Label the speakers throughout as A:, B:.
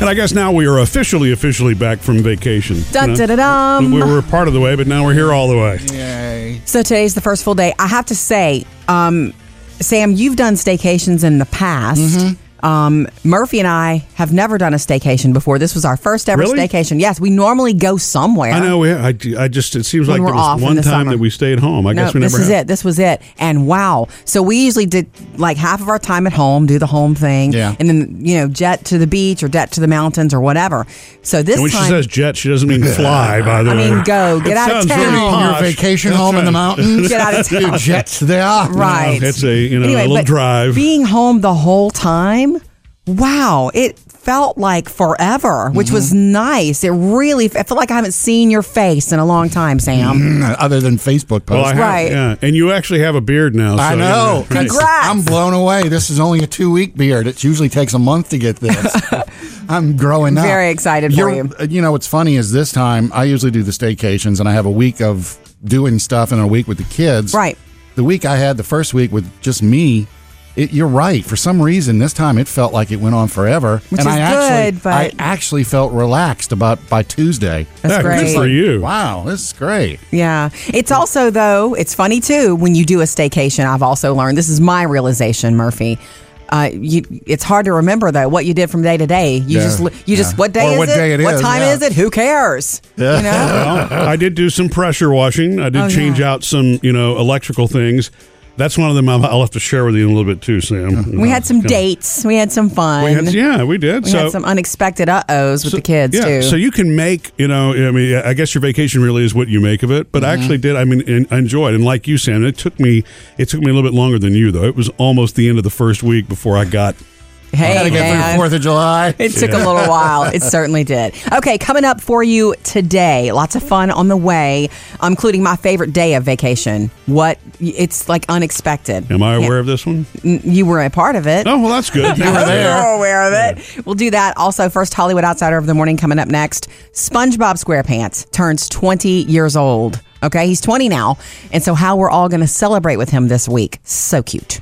A: And I guess now we are officially, officially back from vacation. you
B: Dun,
A: know?
B: dun, dun, dun.
A: We were part of the way, but now we're here all the way.
C: Yay.
B: So today's the first full day. I have to say, um, Sam, you've done staycations in the past.
A: Mm-hmm.
B: Um, Murphy and I have never done a staycation before. This was our first ever
A: Really?
B: staycation. Yes, we normally go somewhere.
A: I know. We, I, I just it seems
B: When
A: like
B: we're
A: there
B: off
A: was
B: in
A: one
B: the
A: time
B: summer.
A: that we stayed home. I
B: No,
A: guess we never.
B: this is
A: have.
B: it. This was it. And wow. So we usually did like half of our time at home, do the home thing,
C: Yeah.
B: and then you know jet to the beach or jet to the mountains or whatever. So this
A: And when
B: time,
A: she says jet, she doesn't mean fly. By the
B: I
A: way,
B: mean go, get
A: It
B: out of
A: sounds very
B: town.
C: Leaving your
A: posh.
C: vacation
A: That's
C: home in the
A: right.
C: mountains.
B: Get out of town.
C: Your jets there.
B: right.
A: it's a, you know, a little
B: but
A: drive.
B: Being home the whole time, wow, it felt like forever, which was
A: Mm-hmm.
B: nice. It really, I felt like I haven't seen your face in a long time, Sam.
C: Mm, Other than Facebook posts.
A: Well, I have,
B: Right.
A: Yeah, and you actually have a beard now. So
C: I know.
A: yeah, right.
B: Congrats.
C: I'm blown away. This is only a two week beard. It usually takes a month to get this. I'm growing up.
B: Very excited for
C: You're-
B: you.
C: uh, You know, what's funny is this time I usually do the staycations and I have a week of doing stuff and a week with the kids.
B: Right.
C: The week I had the first week with just me. It, you're right. For some reason, this time it felt like it went on forever,
B: Which
C: and
B: is
C: I actually,
B: good, but-
C: I actually felt relaxed about by Tuesday.
B: That's
A: Yeah,
B: great.
A: Good for you.
C: Wow, this is great.
B: Yeah. It's also, though, it's funny too when you do a staycation. I've also learned this is my realization, Murphy. Uh, you, it's hard to remember though what you did from day to day. You
C: Yeah,
B: just li- you just
C: yeah.
B: what day
C: Or
B: is
C: what
B: it?
C: day it
B: what
C: is,
B: time
C: yeah.
B: is it? Who cares? You know.
A: Well, I did do some pressure washing. I did
B: Oh,
A: change
B: yeah.
A: out some, you know, electrical things. That's one of them I'll I'll have to share with you in a little bit too, Sam. Uh,
B: We had some dates. We had some fun.
A: We had- yeah, we did.
B: We
A: so
B: had some unexpected uh ohs with the kids
A: yeah,
B: too.
A: so you can make, you know, I mean, I guess your vacation really is what you make of it. But
B: Mm-hmm.
A: I actually did. I mean, and I enjoyed, and like you, Sam, it took me, it took me a little bit longer than you though. It was almost the end of the first week before I got.
B: hey,
C: Gotta get through
B: man.
C: Fourth of July.
B: It took a little while. It certainly did. Okay, coming up for you today, lots of fun on the way, including my favorite day of vacation. What it's like unexpected.
A: Am I
B: Can't-
A: aware of this one?
B: You were a part of it.
A: Oh well, that's good.
C: were there.
B: You're aware of it. We'll do that. Also, first Hollywood Outsider of the Morning coming up next. SpongeBob SquarePants turns 20 years old. Okay, he's 20 now. And so, how we're all going to celebrate with him this week. So cute.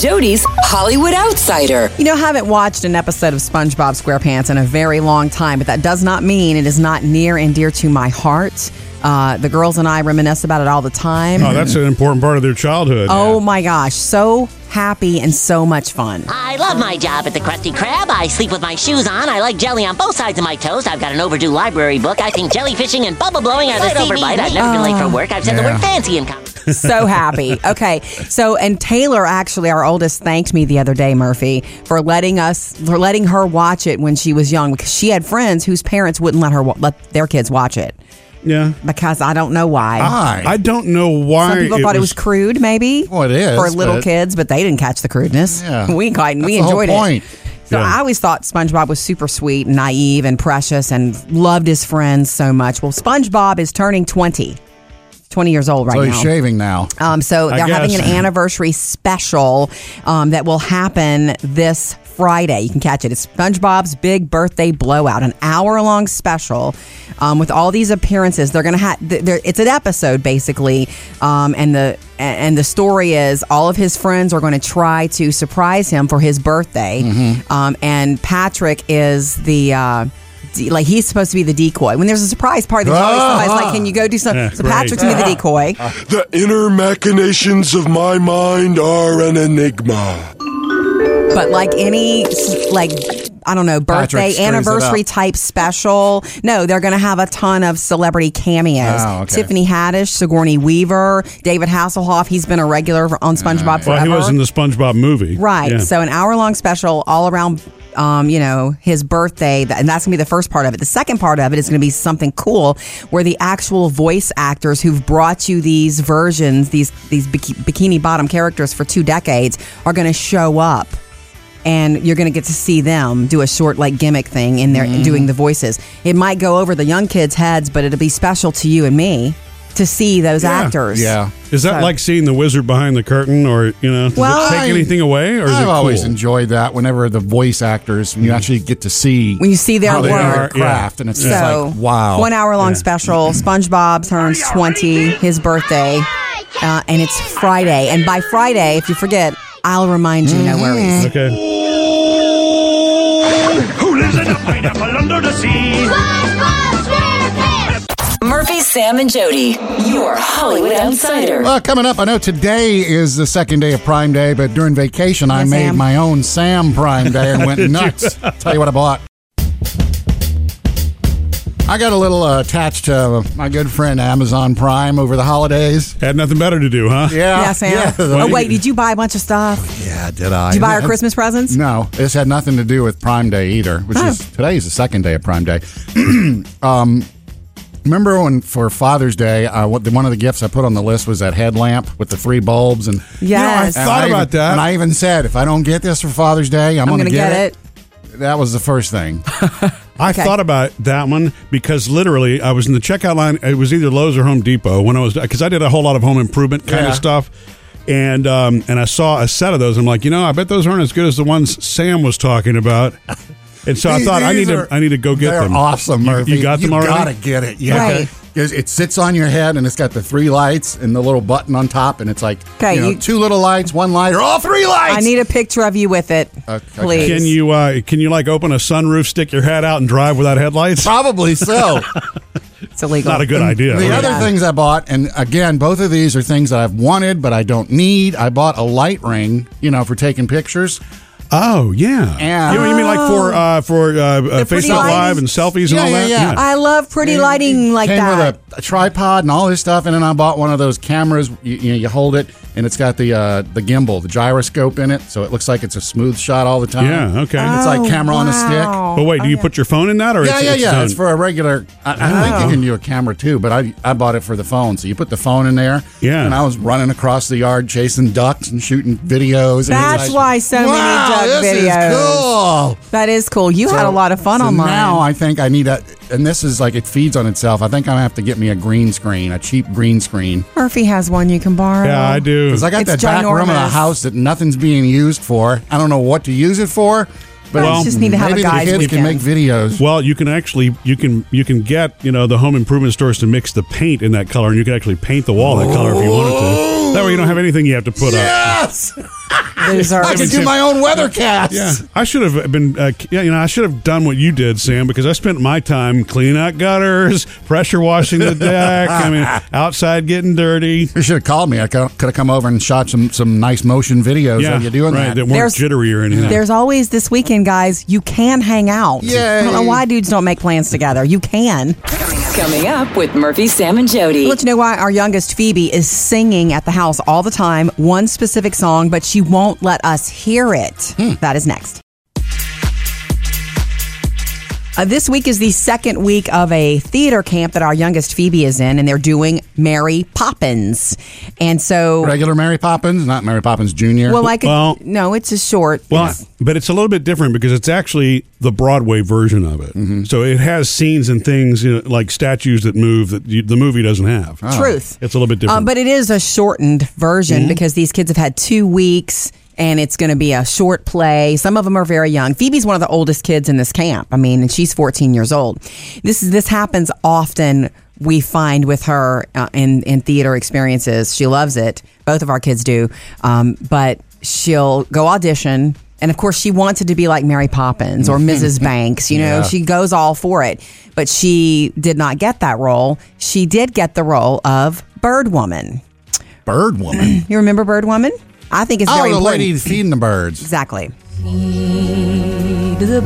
D: Jody's Hollywood Outsider.
B: You know, I haven't watched an episode of SpongeBob SquarePants in a very long time, but that does not mean it is not near and dear to my heart. Uh, the girls and I reminisce about it all the time.
A: Oh, that's an important part of their childhood.
B: oh my gosh, so happy and so much fun.
E: I love my job at the Krusty Krab. I sleep with my shoes on. I like jelly on both sides of my toes. I've got an overdue library book. I think jellyfishing and bubble blowing are the overbite. I've never been late
D: Oh.
E: for work. I've said the word fancy in college.
B: so happy. Okay. So, and Taylor, actually, our oldest, thanked me the other day, Murphy, for letting us, for letting her watch it when she was young because she had friends whose parents wouldn't let her, wa- let their kids watch it
A: yeah.
B: because I don't know why.
C: Hi.
A: I don't know why.
B: Some people thought it was, crude, maybe.
C: Well, it is,
B: For little
C: but-
B: kids, but they didn't catch the crudeness.
C: Yeah.
B: We caught and
C: That's
B: we
C: the whole
B: enjoyed
C: point.
B: it. So
A: Yeah.
B: I always thought SpongeBob was super sweet and naive and precious and loved his friends so much. Well, SpongeBob is turning 20. 20 years old right
C: so
B: now.
C: he's shaving now.
B: Um, so
A: I
B: they're having an
A: guess.
B: anniversary special um, that will happen this Friday. You can catch it. It's SpongeBob's Big Birthday Blowout, an hour long special um, with all these appearances. They're gonna have. It's an episode basically, um, and the and the story is all of his friends are going to try to surprise him for his birthday,
A: Mm-hmm.
B: um, and Patrick is the. Uh, de- like he's supposed to be the decoy. When there's a surprise party, there's always somebody's like, "Can you go do something?"
A: Ah, Yeah,
B: so
A: great.
B: Patrick's gonna be the decoy.
F: The inner machinations of my mind are an enigma.
B: But like any like I don't know
C: Patrick
B: birthday
C: screws it
B: anniversary
C: up.
B: type special. No, they're going to have a ton of celebrity cameos.
C: Oh, okay.
B: Tiffany Haddish, Sigourney Weaver, David Hasselhoff. He's been a regular on SpongeBob
A: Well,
B: forever.
A: he was in the SpongeBob movie.
B: right.
A: Yeah.
B: So an hour long special all around. Um, you know his birthday, th- and that's gonna be the first part of it. The second part of it is gonna be something cool, where the actual voice actors who've brought you these versions, these these biki- bikini bottom characters for two decades, are gonna show up and you're going to get to see them do a short like gimmick thing in there doing the voices. It might go over the young kids' heads, but it'll be special to you and me to see those
A: Yeah.
B: actors.
C: Yeah.
A: Is that
B: So-
A: like seeing the wizard behind the curtain, or you know, does
B: Well,
A: it take
C: I-
A: anything away? Or is
C: I've
A: it cool? Mm.
C: always enjoyed that whenever the voice actors, when you actually get to see
B: When you see their
C: how they do
B: work.
C: their craft, and it's just
B: So
C: like, wow.
B: one hour long
A: Yeah.
B: special. SpongeBob turns twenty, his birthday, uh, and it's
C: Mm-hmm.
B: Friday. And by Friday, if you forget, I'll remind you. No worries.
A: Okay.
G: lives in a pineapple under the sea.
H: SpongeBob SquarePants!
D: Murphy, Sam, and Jody, your Hollywood Outsider.
C: Well, coming up, I know today is the second day of Prime Day, but during vacation, I
B: Yes,
C: made
B: Sam.
C: my own Sam Prime Day and went nuts. Tell you what I bought. I got a little uh, attached to my good friend Amazon Prime over the holidays.
A: Had nothing better to do, huh?
C: Yeah,
B: yeah, Sam.
C: yeah.
B: oh wait, did you buy a bunch of stuff?
C: Yeah, did I?
B: Did you buy her Christmas presents?
C: No, this had nothing to do with Prime Day either, which is today is the second day of Prime Day. um, remember when for Father's Day, I, wa- one of the gifts I put on the list was that headlamp with the three bulbs and
B: Yes.
A: I thought
C: and
A: about
C: even,
A: that.
C: And I even said, if I don't get this for Father's Day, I'm,
B: I'm
C: going to
B: gonna get
C: get, it. That was the first thing.
A: I
B: Okay.
A: thought about that one because literally I was in the checkout line. It was either Lowe's or Home Depot when I was because I did a whole lot of home improvement kind
C: Yeah.
A: of stuff, and um, and I saw a set of those. I'm like, you know, I bet those aren't as good as the ones Sam was talking about. And so I thought I need
C: These are-
A: to I need to go get
C: they're
A: them.
C: awesome,
A: You-
C: Murphy.
A: You, got them already.
C: gotta get it. Yeah.
B: Right.
C: 'Cause It sits on your head and it's got the three lights and the little button on top, and it's like
B: Okay,
C: you know,
B: you-
C: two little lights, one light, or all three lights.
B: I need a picture of you with it,
C: Okay.
B: please.
A: Can you uh, can you like open a sunroof, stick your head out, and drive without headlights?
C: Probably so.
B: It's illegal.
A: Not a good idea.
C: The
A: right?
C: other things I bought, and again, both of these are things that I've wanted but I don't need. I bought a light ring, you know, for taking pictures.
A: Oh yeah.
C: Yeah.
A: You, know, you mean like for uh, for uh, uh,
B: pretty
A: Facebook Live
B: lights?
A: and selfies
C: Yeah,
A: and all
C: yeah,
A: that?
C: yeah.
B: I love pretty lighting like
C: Came
B: that.
C: with a, a tripod and all this stuff, and then I bought one of those cameras. You, you know, you hold it, and it's got the uh, the gimbal, the gyroscope in it, so it looks like it's a smooth shot all the time.
A: Yeah, okay.
C: And it's
B: Oh,
C: like camera on a stick.
B: wow. Oh,
A: But Oh, wait, do you put your phone in that or
C: oh, Yeah,
A: it's,
C: yeah,
A: it's
C: yeah.
A: done?
C: It's for a regular. I, I think you can do a camera too, but I I bought it for the phone. So you put the phone in there.
A: Yeah.
C: And I was running across the yard chasing ducks and shooting videos. and it was
B: That's
C: like,
B: why so many
C: wow,
B: duck
C: this is
B: videos.
C: cool.
B: That is cool. You had a
C: So-
B: lot of fun
C: so
B: online.
C: Now I think I need a, and this is like it feeds on itself. I think I'm gonna have to get me a green screen, a cheap green screen,
B: Murphy has one you can borrow.
A: yeah, I do.
C: because I got
B: It's
C: that back room of the
B: ginormous.
C: house that nothing's being used for. I don't know what to use it for, but
B: Well, you just need to have a
C: maybe
B: guy's
C: the kids can
B: weekend.
C: make videos.
A: Well, you can actually you can you can get you know the home improvement stores to mix the paint in that color, and you can actually paint the wall that color if you wanted to. That way, you don't have anything you have to put up.
C: Yes,
B: Loser.
C: I can
A: Tim-
C: do my own weathercast.
A: Yeah, I should have been. Uh, yeah, you know, I should have done what you did, Sam, because I spent my time cleaning out gutters, pressure washing the deck. I mean, outside getting dirty.
C: You should have called me. I could have come over and shot some some nice motion videos
A: Yeah,
C: of you doing
A: right, that,
C: that.
A: weren't
B: There's-
A: jittery or anything.
B: There's always this weekend, guys. You can hang out. I don't know
C: Yay.
B: why dudes don't make plans together. You can.
D: Coming up with Murphy, Sam, and Jody.
B: I'll let you know why our youngest Phoebe is singing at the house all the time, one specific song, but she won't let us hear it. That is next. Uh, this week is the second week of a theater camp that our youngest Phoebe is in, and they're doing Mary Poppins. And so,
C: Regular Mary Poppins, not Mary Poppins Junior.
B: well, I could
A: Well-
B: no, it's a short.
A: Well, but it's a little bit different because it's actually the Broadway version of it. So it has scenes and things you know, like statues that move that you, the movie doesn't have.
B: Truth.
A: It's a little bit different. Mm-hmm.
B: Um, but it is a shortened version because these kids have had two weeks and it's going to be a short play. Some of them are very young. Phoebe's one of the oldest kids in this camp. I mean, and she's 14 years old. This is, this happens often. We find with her uh, in in theater experiences. She loves it. Both of our kids do. Um, but she'll go audition. And of course, she wanted to be like Mary Poppins
A: Mm-hmm.
B: or Mrs. Banks. You know,
C: Yeah.
B: she goes all for it, but she did not get that role. She did get the role of Bird Woman.
C: Bird Woman.
B: You remember Bird Woman? I think it's
C: oh,
B: very
C: the
B: important.
C: lady feeding the birds.
B: Exactly.
I: The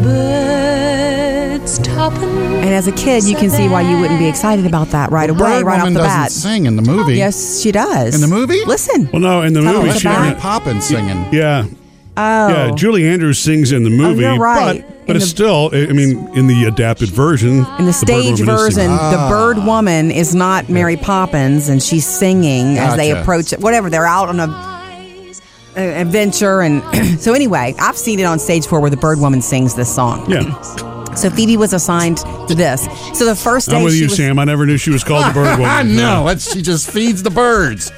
I: birds
B: And as a kid, you can see why you wouldn't be excited about that right away,
C: Bird
B: right off
C: Woman
B: the
C: doesn't
B: bat.
C: sing in the movie.
B: Yes, she does.
C: In the movie?
B: Listen.
A: well, no, in the
B: Tell
A: movie
B: us
C: That's
A: she
B: about
C: Mary
B: it.
C: Poppins singing.
A: yeah.
B: Oh.
A: Yeah, Julie Andrews sings in the movie,
B: you're right.
A: but,
B: In
A: but it's
B: the-
A: still, I I mean, in the adapted version,
B: In the stage
A: Birdwoman is
B: version,
A: singing. Ah.
B: the bird woman is not Mary Poppins, and she's singing as they
C: Gotcha.
B: approach it. Whatever they're out on a, a adventure, and so anyway, I've seen it on stage four where the bird woman sings this song.
A: yeah,
B: So Phoebe was assigned to this. So the first day
A: I'm with
B: she
A: you,
B: was,
A: Sam. I never knew she was called the Bird Woman.
C: I know. That's, she just feeds the birds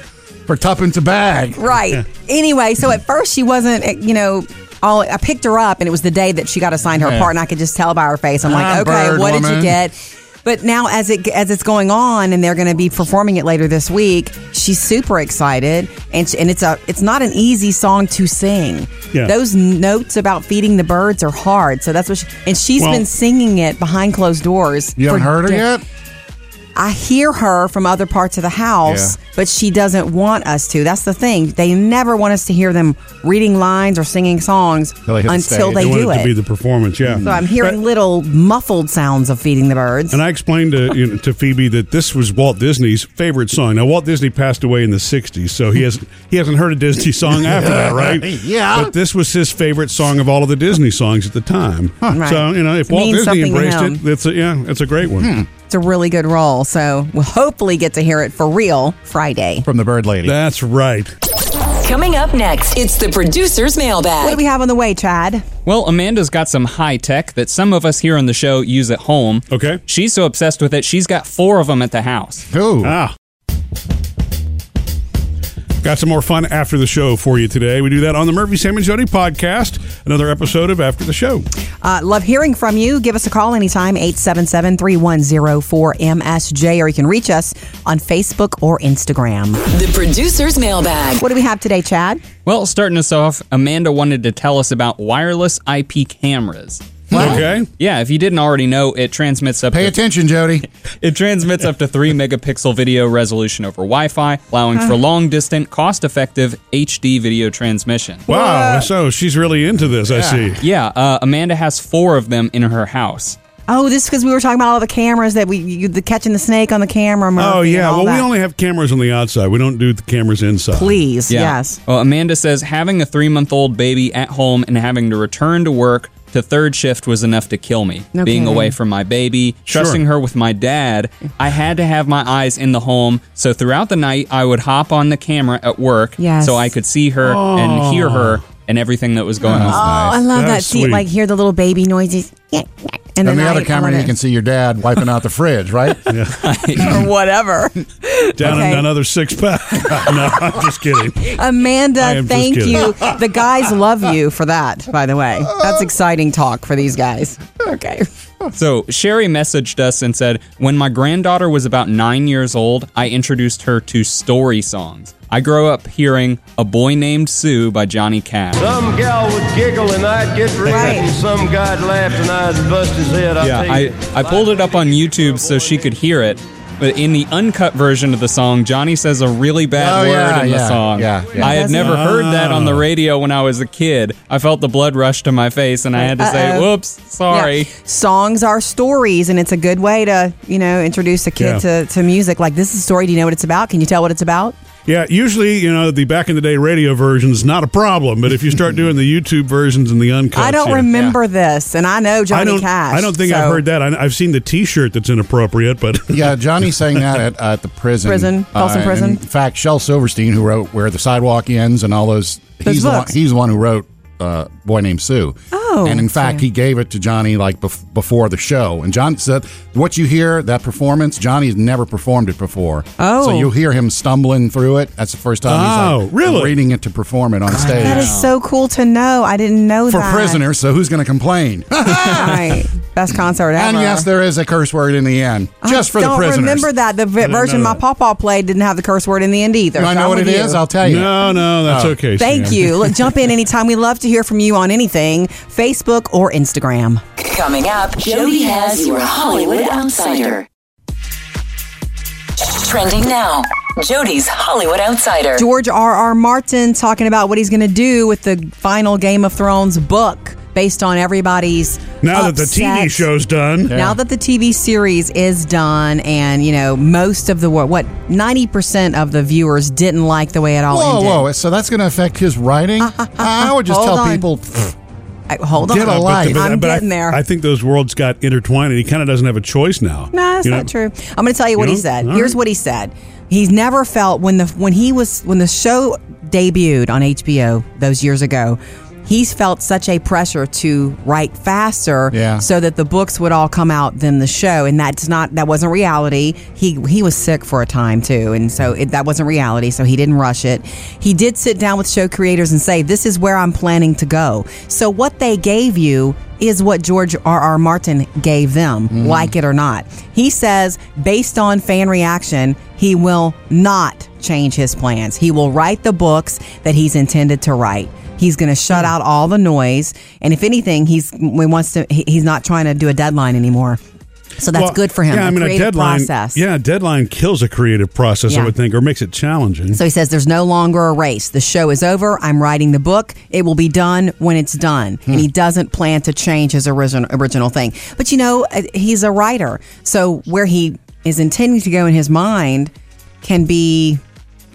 C: for tuppence a bag.
B: Right. Anyway, so at first she wasn't, eh, you know, all I picked her up and it was the day that she got assigned her
C: Yeah.
B: part and I could just tell by her face. I'm like,
C: Ah,
B: okay,
C: bird
B: what did
C: woman.
B: you get? But now, as it as it's going on, and they're going to be performing it later this week, she's super excited, and she, and it's a it's not an easy song to sing.
A: Yeah.
B: Those notes about feeding the birds are hard, so that's what. She, and she's
A: Well-
B: been singing it behind closed doors.
C: You haven't
B: for
C: heard her
B: de-
C: yet?
B: I hear her from other parts of the house,
C: Yeah.
B: but she doesn't want us to. That's the thing; they never want us to hear them reading lines or singing songs
C: they hit the
B: until
C: stage.
B: they,
A: they
B: do
A: want it
B: it.
A: to be the performance. Yeah.
B: so I'm hearing
A: But-
B: little muffled sounds of feeding the birds.
A: And I explained to you know, to Phoebe that this was Walt Disney's favorite song. Now Walt Disney passed away in the '60s, so he has he hasn't heard a Disney song after that, right?
C: Yeah.
A: But this was his favorite song of all of the Disney songs at the time.
B: Right.
A: So you know, if
B: It
A: Walt
B: means
A: Disney
B: something to
A: embraced
B: him.
A: it, it's a, yeah, it's a great one.
B: It's a really good role, so we'll hopefully get to hear it for real Friday.
C: From the bird lady.
A: That's right.
D: Coming up next, it's the producer's
B: What do
D: mailbag.
B: we have on the way, Chad?
J: Well, Amanda's got some high tech that some of us here on the show use at home.
A: Okay.
J: She's so obsessed with it, she's got four of them at the house.
C: Ooh.
A: Ah. Got some more fun after the show for you today. We do that on the Murphy Sam and Jody podcast. Another episode of After the Show.
B: Uh, love hearing from you. Give us a call anytime, 877 310 4MSJ, or you can reach us on Facebook or Instagram.
D: The producer's mailbag.
B: What do we have today, Chad?
J: Well, starting us off, Amanda wanted to tell us about wireless IP cameras.
A: Okay.
J: Yeah, if you didn't already know, it transmits up
C: Pay
J: to
C: attention, Jody.
J: It transmits up to 3 megapixel video resolution over Wi Fi, allowing for long distant, cost effective HD video transmission.
A: Wow. So she's really into this, I see.
J: Yeah, uh, Amanda has four of them in her house.
B: Oh, this is because we were talking about all the cameras that we, you, the catching the snake on the camera. Murphy,
A: Oh
B: and
A: yeah,
B: all
A: well
B: that.
A: we only have cameras on the outside. We don't do the cameras inside.
B: Please,
J: Yeah.
B: yes.
J: Well, Amanda says having a three month old baby at home and having to return to work to third shift was enough to kill me.
B: No
J: Being
B: kidding.
J: away from my baby,
A: Sure.
J: trusting her with my dad, I had to have my eyes in the home. So throughout the night, I would hop on the camera at work
B: Yes.
J: so I could see her and hear her and everything that was going
B: Oh,
J: on.
B: I love that.
A: That's
B: See,
A: sweet.
B: like, hear the little baby noises. And then
C: And the
B: I- I
C: other camera,
B: wanna-
C: you can see your dad wiping out the fridge, right?
B: or whatever.
A: Down
B: Okay.
A: another six pack. no, I'm just kidding. I
B: Amanda,
A: am just
B: thank
A: kidding.
B: you. The guys love you for that, by the way. That's exciting talk for these guys. Okay.
J: So Sherry messaged us and said, When my granddaughter was about nine years old, I introduced her to story songs. I grew up hearing A Boy Named Sue by Johnny Cash.
G: Some gal would giggle and I'd get red,
B: Right.
G: and some guy'd laugh and I'd bust his head. I'll
J: Yeah,
G: tell you.
J: I, I pulled it up on YouTube so she could hear it. But in the uncut version of the song, Johnny says a really bad
C: Oh,
J: word
C: yeah,
J: in the
C: yeah,
J: song.
C: yeah, yeah.
J: I had
B: Doesn't-
J: never heard that on the
G: Oh.
J: radio when I was a kid. I felt the blood rush to my face and I had to say,
B: Uh-oh.
J: whoops, sorry.
B: Yeah. Songs are stories, and it's a good way to, you know, introduce a kid
A: Yeah.
B: to, to music. Like, this is a story. Do you know what it's about? Can you tell what it's about?
A: Yeah, usually you know the back in the day radio version's not a problem, but if you start doing the YouTube versions and the uncut,
B: I don't remember this, and I know Johnny
A: I don't.
B: Cash.
A: I don't think
B: so-
A: I've heard that. I, I've seen the T-shirt that's inappropriate, but
C: Yeah, Johnny sang that at, at the prison. Uh,
B: Prison, Folsom
C: and
B: Prison.
C: In fact, Shel Silverstein, who wrote Where the Sidewalk Ends and all those,
B: Those
C: he's, the one,
B: books.
C: he's the one who wrote uh, Boy Named Sue.
B: Oh,
C: And in fact,
B: okay.
C: he gave it to Johnny like bef- before the show. And John said, what you hear, that performance, Johnny's never performed it before.
B: Oh.
C: So you'll hear him stumbling through it. That's the first time
A: Oh,
C: he's like,
A: really?
C: reading it to perform it on stage.
B: That is so cool to know. I didn't know
C: for
B: that.
C: prisoners, so who's going to complain?
B: right. Best concert ever.
C: and yes, there is a curse word in the end, just
B: I
C: for the prisoners.
B: don't remember that. The v-
A: didn't
B: version
A: know
B: my
A: that.
B: papa played didn't have the curse word in the end either.
C: You wanna
B: So
C: know
B: I'm
C: what it
B: with you.
C: is? I'll tell you.
A: no, no, that's
C: Oh.
A: okay.
B: Thank
A: Sam.
B: you. Look, jump in anytime. We love to hear from you on anything Facebook or Instagram.
D: Coming up, Jody has your Hollywood Outsider. Trending now, Jody's Hollywood Outsider.
B: George R. R. Martin talking about what he's going to do with the final Game of Thrones book based on everybody's.
A: Now that the
B: upset.
A: TV show's done,
B: Now that the TV series is done, and you know most of the wor- what ninety percent of the viewers didn't like the way it all
C: Whoa,
B: ended.
C: whoa! So that's going to affect his writing? I would just
B: Hold
C: tell
B: on.
C: people. pfft,
B: I- hold on,
C: Get a
A: Uh,
C: life.
A: the-
B: I'm
A: but I-
B: getting there.
A: I think those worlds got intertwined, and he kind of doesn't have a choice now.
B: No, that's
A: You know?
B: not true. I'm going to tell you what
A: You
B: he
A: know?
B: said.
A: All
B: Here's
A: right.
B: what he said. He's never felt when the when he was when the show debuted on HBO those years ago. He's felt such a pressure to write faster,
C: Yeah.
B: so that the books would all come out than the show, and that's not that wasn't reality. He he was sick for a time too, and so it, that wasn't reality. So he didn't rush it. He did sit down with show creators and say, "This is where I'm planning to go." So what they gave you is what George R. R. Martin gave them, like it or not. He says, based on fan reaction, he will not change his plans. He will write the books that he's intended to write. He's going to shut
A: Hmm.
B: out all the noise, and if anything, he's he wants to. he- He's not trying to do a deadline anymore. So that's
A: Well,
B: good for him.
A: Yeah,
B: the
A: I mean, a
B: creative
A: deadline.
B: process.
A: Yeah, a deadline kills a creative process,
B: Yeah.
A: I would think, or makes it challenging.
B: So he says, There's no longer a race. The show is over. I'm writing the book. It will be done when it's done.
A: Hmm.
B: And he doesn't plan to change his original, original thing. But you know, uh, he's a writer. So where he is intending to go in his mind can be,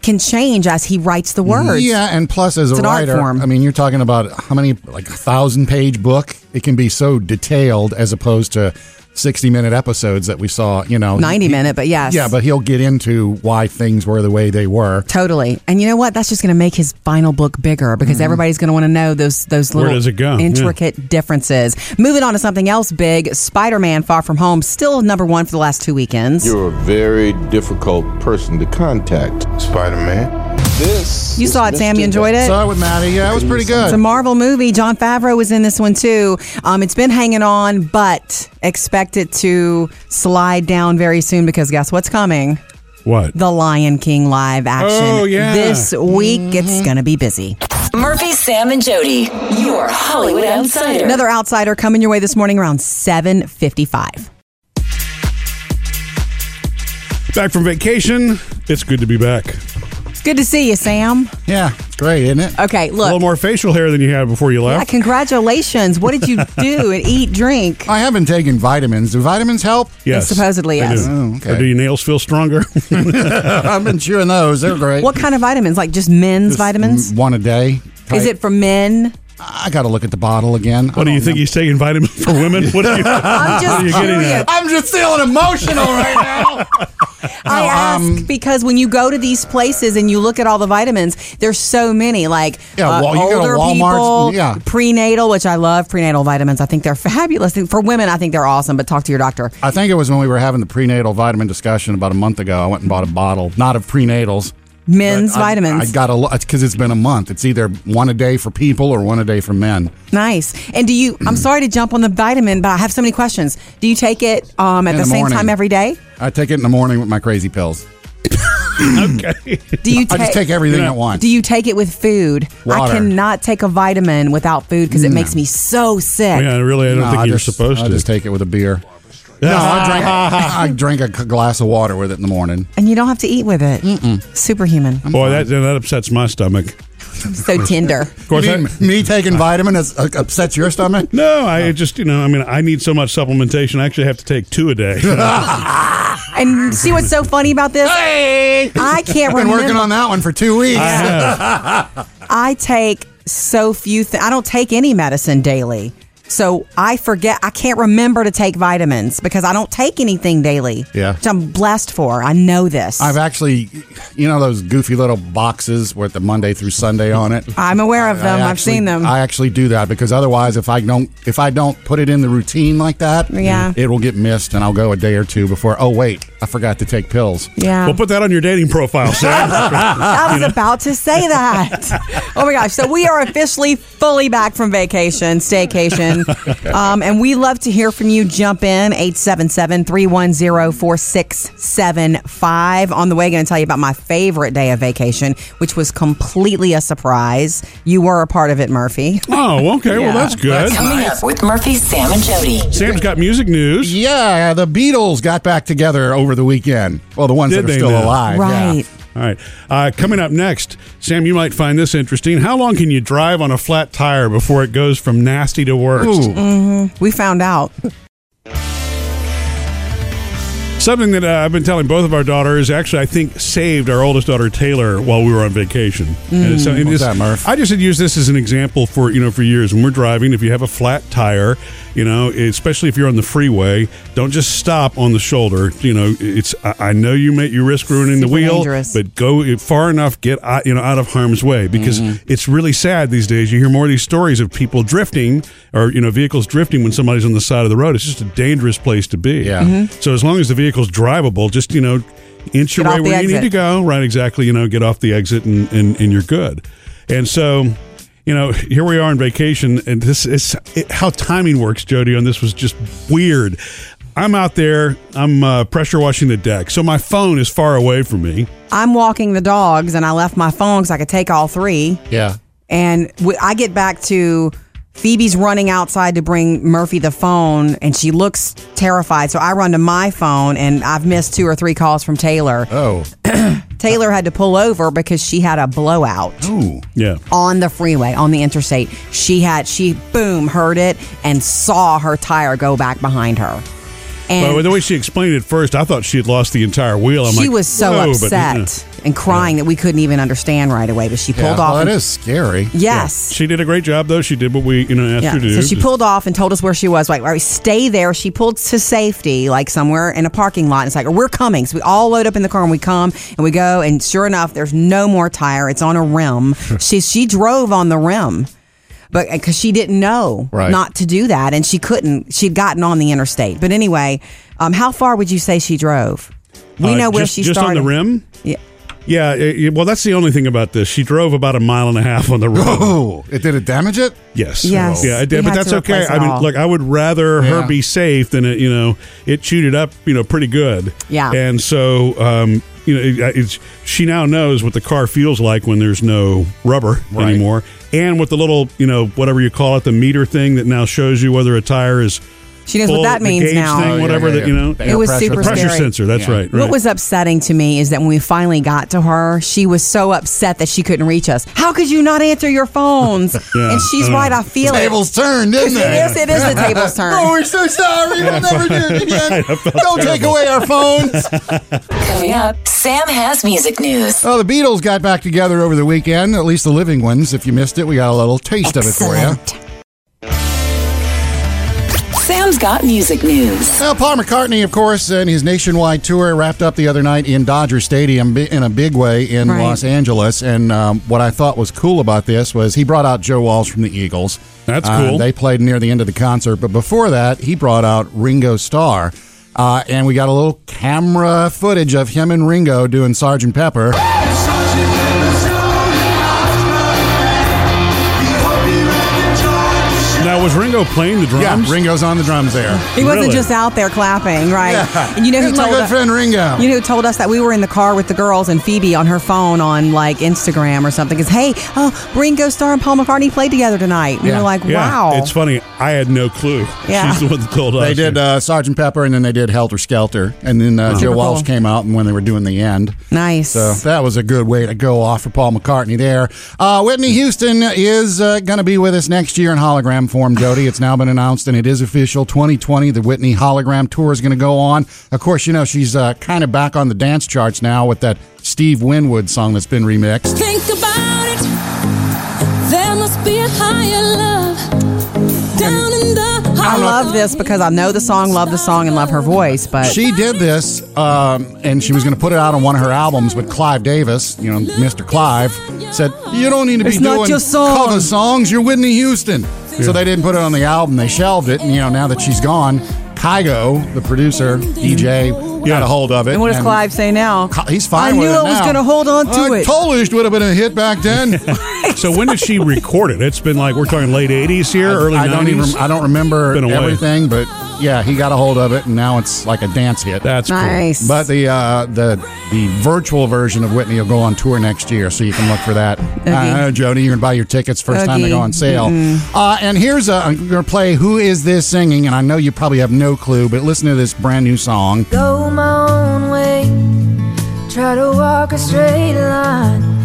B: can change as he writes the
A: Mm-hmm.
B: words.
C: Yeah, and plus as
B: It's
C: a
B: an art
C: writer,
B: form.
C: I mean, you're talking about how many like a thousand page book. It can be so detailed as opposed to sixty minute episodes that we saw. You know,
B: 90
C: He-
B: minute, but yes.
C: Yeah, but he'll get into why things were the way they were.
B: Totally, and you know what? That's just going to make his final book bigger because everybody's going to want to know those those
A: Mm-hmm. Where
B: little
A: does it go? Yeah.
B: intricate differences. Moving on to something else big: Spider-Man: Far From Home still number one for the last two weekends.
K: You're a very difficult person to contact. Spider Man. This.
B: You saw it, Sam. You enjoyed it.
C: Saw it with Maddie. Yeah, it was pretty
B: It's a
C: good.
B: Marvel movie. John Favreau was in this one too. Um, it's been hanging on, but expect it to slide down very soon because guess what's coming?
A: what?
B: The Lion King live action.
A: Oh, yeah. Mm-hmm.
B: This week it's gonna be busy.
D: Murphy, Sam, and Jody, your Hollywood outsider.
B: Another outsider coming your way this morning around seven fifty-five.
A: Back from vacation. It's good to be back.
B: It's good to see you, Sam.
C: Yeah, it's great, isn't it?
B: Okay,
A: a little
B: look.
A: more facial hair than you had before you
B: Yeah,
A: left.
B: congratulations. What did you do? And eat, drink.
C: I haven't taken vitamins. Do vitamins help?
A: yes,
B: supposedly,
A: They do.
B: yes.
C: Oh, okay.
A: Or do your nails feel stronger?
C: I've been chewing those. They're great.
B: What kind of vitamins? Like just men's vitamins?
C: Mm, One a day.
B: Is it for men?
C: I got to look at the bottle again.
A: what do you think he's taking vitamins for women? What do you?
B: I'm just
A: you getting at?
B: curious.
C: I'm just feeling emotional right now.
B: I
C: No,
B: ask
C: um,
B: because when you go to these places and you look at all the vitamins, there's so many like
C: Yeah,
B: uh,
C: well, you go to
B: older
C: Walmart's,
B: people,
C: yeah.
B: prenatal, which I love prenatal vitamins. I think they're fabulous for women. I think they're awesome. But talk to your doctor.
C: I think it was when we were having the prenatal vitamin discussion about a month ago. I went and bought a bottle, not of prenatals.
B: Men's
C: I-
B: vitamins.
C: I got a lot because it's been a month. It's either one a day for people or one a day for men.
B: nice. And do you? I'm sorry to jump on the vitamin, but I have so many questions. Do you take it um, at
C: In
B: the,
C: the
B: same
C: morning.
B: time every day?
C: I take it in the morning with my crazy pills.
B: Do you?
C: I just take everything at once.
B: Do you take it with food? I
C: Water.
B: cannot take a vitamin without food because it makes me so sick.
A: yeah, really, I don't
C: No,
A: think
C: I
A: you're
C: just-
A: supposed
C: I
A: to.
C: just take it with a beer. No, I drink. I drink a c- glass of water with it in the morning.
B: And you don't have to eat with it. Superhuman.
A: Boy, that that upsets my stomach.
B: so tender.
A: Of course,
C: You
A: I,
C: mean me taking vitamin is, uh, upsets your stomach?
A: no, I it just you know, I mean, I need so much supplementation. I actually have to take two a day.
B: And see what's so funny about this?
C: Hey,
B: I can't
C: been
B: remember.
C: working on that one for two weeks.
B: I take so few. Th- I don't take any medicine daily, so I forget. I can't remember to take vitamins because I don't take anything daily.
C: Yeah.
B: which I'm blessed for. I know this.
C: I've actually, you know, those goofy little boxes with the Monday through Sunday on it.
B: I'm aware of them.
C: I
B: I've
C: actually-
B: seen them.
C: I actually do that because otherwise, if I don't, if I don't put it in the routine like that,
B: Yeah.
C: it will get missed, and I'll go a day or two before. Oh wait, I forgot to take pills.
B: yeah,
A: Well, put that on your dating profile, Sam.
B: I was about to say that. oh my gosh! So we are officially fully back from vacation, staycation, um, and we love to hear from you. Jump in 877-310-4675. On the way, going to tell you about my favorite day of vacation, which was completely a surprise. You were a part of it, Murphy.
A: oh, okay. Well, that's good.
D: Coming up with Murphy, Sam, and Jody.
A: Sam's got music news.
C: Yeah, the Beatles got back together over the weekend. Well, the ones
A: Did
C: that
A: they
C: are still
A: now?
C: alive, Uh, yeah.
B: Right.
A: All right. Uh, coming up next, Sam, you might find this interesting. How long can you drive on a flat tire before it goes from nasty to worst?
C: Ooh.
B: We found out.
A: Something that uh, I've been telling both of our daughters actually, I think, saved our oldest daughter Taylor while we were on vacation. And it's- and
C: Mm. What's
A: it's-
C: that, Murph?
A: I just had used this as an example for you know for years when we're driving. If you have a flat tire, you know, especially if you're on the freeway, don't just stop on the shoulder. You know, it's I, I know you may you risk ruining the
B: Super
A: wheel,
B: dangerous.
A: but go far enough, get out, you know out of harm's way because it's really sad these days. You hear more of these stories of people drifting or you know vehicles drifting when somebody's on the side of the road. It's just a dangerous place to be.
C: Yeah. Mhm.
A: So as long as the vehicle's drivable, just you know. Inch your
B: Mm-hmm. Get
A: way
B: off the
A: where you need
B: exit.
A: to go. Right, exactly. You know, get off the exit and, and, and you're good. And so, you you know, here we are on vacation, and this is it, how timing works, Jody. On this was just weird. I'm out there. I'm uh, pressure washing the deck, so my phone is far away from me.
B: I'm walking the dogs and I left my phone because I could take all three.
C: Yeah.
B: And w- I get back to Phoebe's running outside to bring Murphy the phone, and she looks terrified. So I run to my phone, and I've missed two or three calls from Taylor.
C: Oh.
B: Taylor had to pull over because she had a blowout
C: Ooh.
A: Yeah.
B: on the freeway, on the interstate. She had, she boom, heard it and saw her tire go back behind her. And
A: Well, the way she explained it first, I thought she had lost the entire wheel. I'm
B: she
A: like,
B: was so
A: "Whoa," but,
B: upset
A: yeah.
B: and crying that we couldn't even understand right away, but she pulled
C: Yeah,
B: off.
C: well,
B: and-
C: that is scary.
B: Yes.
A: She did a great job, though. She did what we, you know, asked
B: Yeah.
A: her to
B: So
A: do.
B: she pulled off and told us where she was. Like, all right, stay there. She pulled to safety, like somewhere in a parking lot. And it's like, we're coming. So we all load up in the car and we come and we go. And sure enough, there's no more tire. It's on a rim. she she drove on the rim, but because she didn't know
C: Right.
B: not to do that, and she couldn't. She'd gotten on the interstate. But anyway, um, how far would you say she drove? We
A: Uh,
B: know where
A: just,
B: she
A: just
B: started.
A: on the rim.
B: Yeah.
A: Yeah, it- it- well, that's the only thing about this. She drove about a mile and a half on the road.
C: Oh, it did it damage it?
A: Yes.
B: Yes.
A: Yeah, it
B: We
A: did, but
B: had
A: that's
B: to
A: okay.
B: replace it
A: I mean,
B: all.
A: look, I would rather
C: Yeah.
A: her be safe than it, you know, it chewed it up, you know, pretty good.
B: Yeah.
A: And so, um, you know, it, it's she now knows what the car feels like when there's no rubber
C: Right.
A: anymore, and with the little, you know, whatever you call it, the meter thing that now shows you whether a tire is.
B: She knows
A: full,
B: what that
A: the
B: means
A: gauge
B: now.
A: Thing,
C: Oh, yeah,
A: whatever
C: yeah,
A: that you
C: yeah.
A: know.
C: The
B: It was super
A: The pressure
B: scary.
A: sensor. That's
C: Yeah.
A: right. Right.
B: What was upsetting to me is that when we finally got to her, she was so upset that she couldn't reach us. How could you not answer your phones?
A: Yeah,
B: and she's
A: I know.
B: right. I feel it.
C: Uh, Tables turned, didn't
B: It
C: they?
B: is- it is the table's turn.
C: Oh, we're so sorry. We'll never do it again. Don't take away our phones.
D: Coming up, Sam has music news.
C: Well, Oh, the Beatles got back together over the weekend, at least the living ones. If you missed it, we got a little taste of it for you.
D: Sam's got music news.
C: Now, Paul McCartney, of course, and his nationwide tour wrapped up the other night in Dodger Stadium bi- in a big way in
B: Right.
C: Los Angeles. And um, what I thought was cool about this was he brought out Joe Walsh from the Eagles.
A: That's
C: Uh,
A: cool.
C: they played near the end of the concert, but before that, he brought out Ringo Starr. Uh, and we got a little camera footage of him and Ringo doing Sergeant Pepper.
A: now was Ringo playing the drums?
C: Yeah, Ringo's on the drums there.
B: He wasn't
A: Really?
B: just out there clapping, right?
C: Yeah.
B: And you know who
C: Here's my
B: told
C: good
B: us,
C: friend Ringo.
B: You know who told us that we were in the car with the girls and Phoebe on her phone on like Instagram or something. Is hey, oh, Ringo Starr and Paul McCartney played together tonight. And
C: Yeah.
B: We're like,
A: Yeah,
B: wow.
A: It's funny. I had no clue.
B: Yeah.
A: She's the one that told us.
C: They did uh, Sergeant Pepper, and then they did Helter Skelter, and then uh, Joe
B: Super
C: Walsh
B: cool.
C: came out, and when they were doing the end,
B: nice.
C: So that was a good way to go off for Paul McCartney there. Uh, Whitney Houston is uh, going to be with us next year in hologram form, Jody. It's now been announced and it is official. 2020, the Whitney hologram tour is going to go on. Of course, you know, she's uh, kind of back on the dance charts now with that Steve Winwood song that's been remixed.
I: Think about it. There must be a higher love down in the.
B: I love this because I know the song, love the song, and love her voice. But
C: She did this, um, and she was going to put it out on one of her albums, but Clive Davis, you know, Mr. Clive, said, You don't need to be
B: It's not
C: doing
B: your song."
C: cover songs, you're Whitney Houston. So they didn't put it on the album, they shelved it, and, you know, now that she's gone, Kygo, the producer, DJ, got a hold of it.
B: and what does
C: and-
B: Clive say now?
C: Ki- He's fine
B: I
C: with
B: knew
C: it
B: I was
C: now.
B: gonna hold on to
C: I
B: it.
C: totally would have been a hit back then.
A: So when did she record it? It's been like we're talking late '80s here, early
C: I
A: '90s.
C: don't even. I don't remember
A: Been away.
C: everything, but yeah, he got a hold of it, and now it's like a dance hit.
A: That's cool.
B: Nice.
C: But the uh, the the virtual version of Whitney will go on tour next year, so you can look for that. Uh, I know, Jody, you can buy your tickets first time they go
B: Oogie.
C: on sale. Uh, and here's a I'm gonna play "Who Is This Singing?" and I know you probably have no clue, but listen to this brand new song.
I: Go my own way. Try to walk a straight line.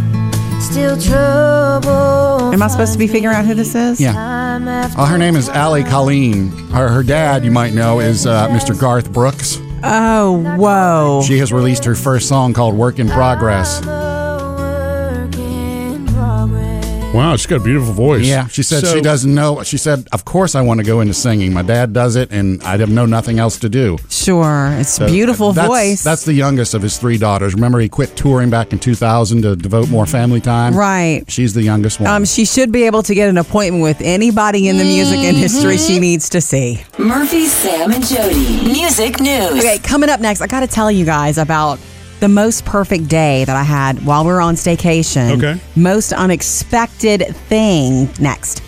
I: Still trouble.
B: Am I supposed to be figuring out who this is?
C: Yeah.
I: Time after
C: Uh, her name is Allie Colleen. Her, her dad, you might know, is uh, Mr. Garth Brooks.
B: Oh, whoa.
C: She has released her first song called "Work in Progress."
I: a work in progress.
A: Wow, she's got a beautiful voice.
C: Yeah, she said
A: So-
C: she doesn't know. She said, "Of course, I want to go into singing. My dad does it, and I have know nothing else to do."
B: Sure, it's
C: So
B: beautiful
C: Uh, that's,
B: voice.
C: That's the youngest of his three daughters. Remember, he quit touring back in 2000 to devote more family time.
B: right.
C: She's the youngest one.
B: Um, she should be able to get an appointment with anybody in the music
C: Mm-hmm.
B: industry she needs to see.
D: Murphy, Sam, and Jody. Music news.
B: Okay, coming up next, I got to tell you guys about the most perfect day that I had while we were on staycation.
A: Okay.
B: Most unexpected thing next.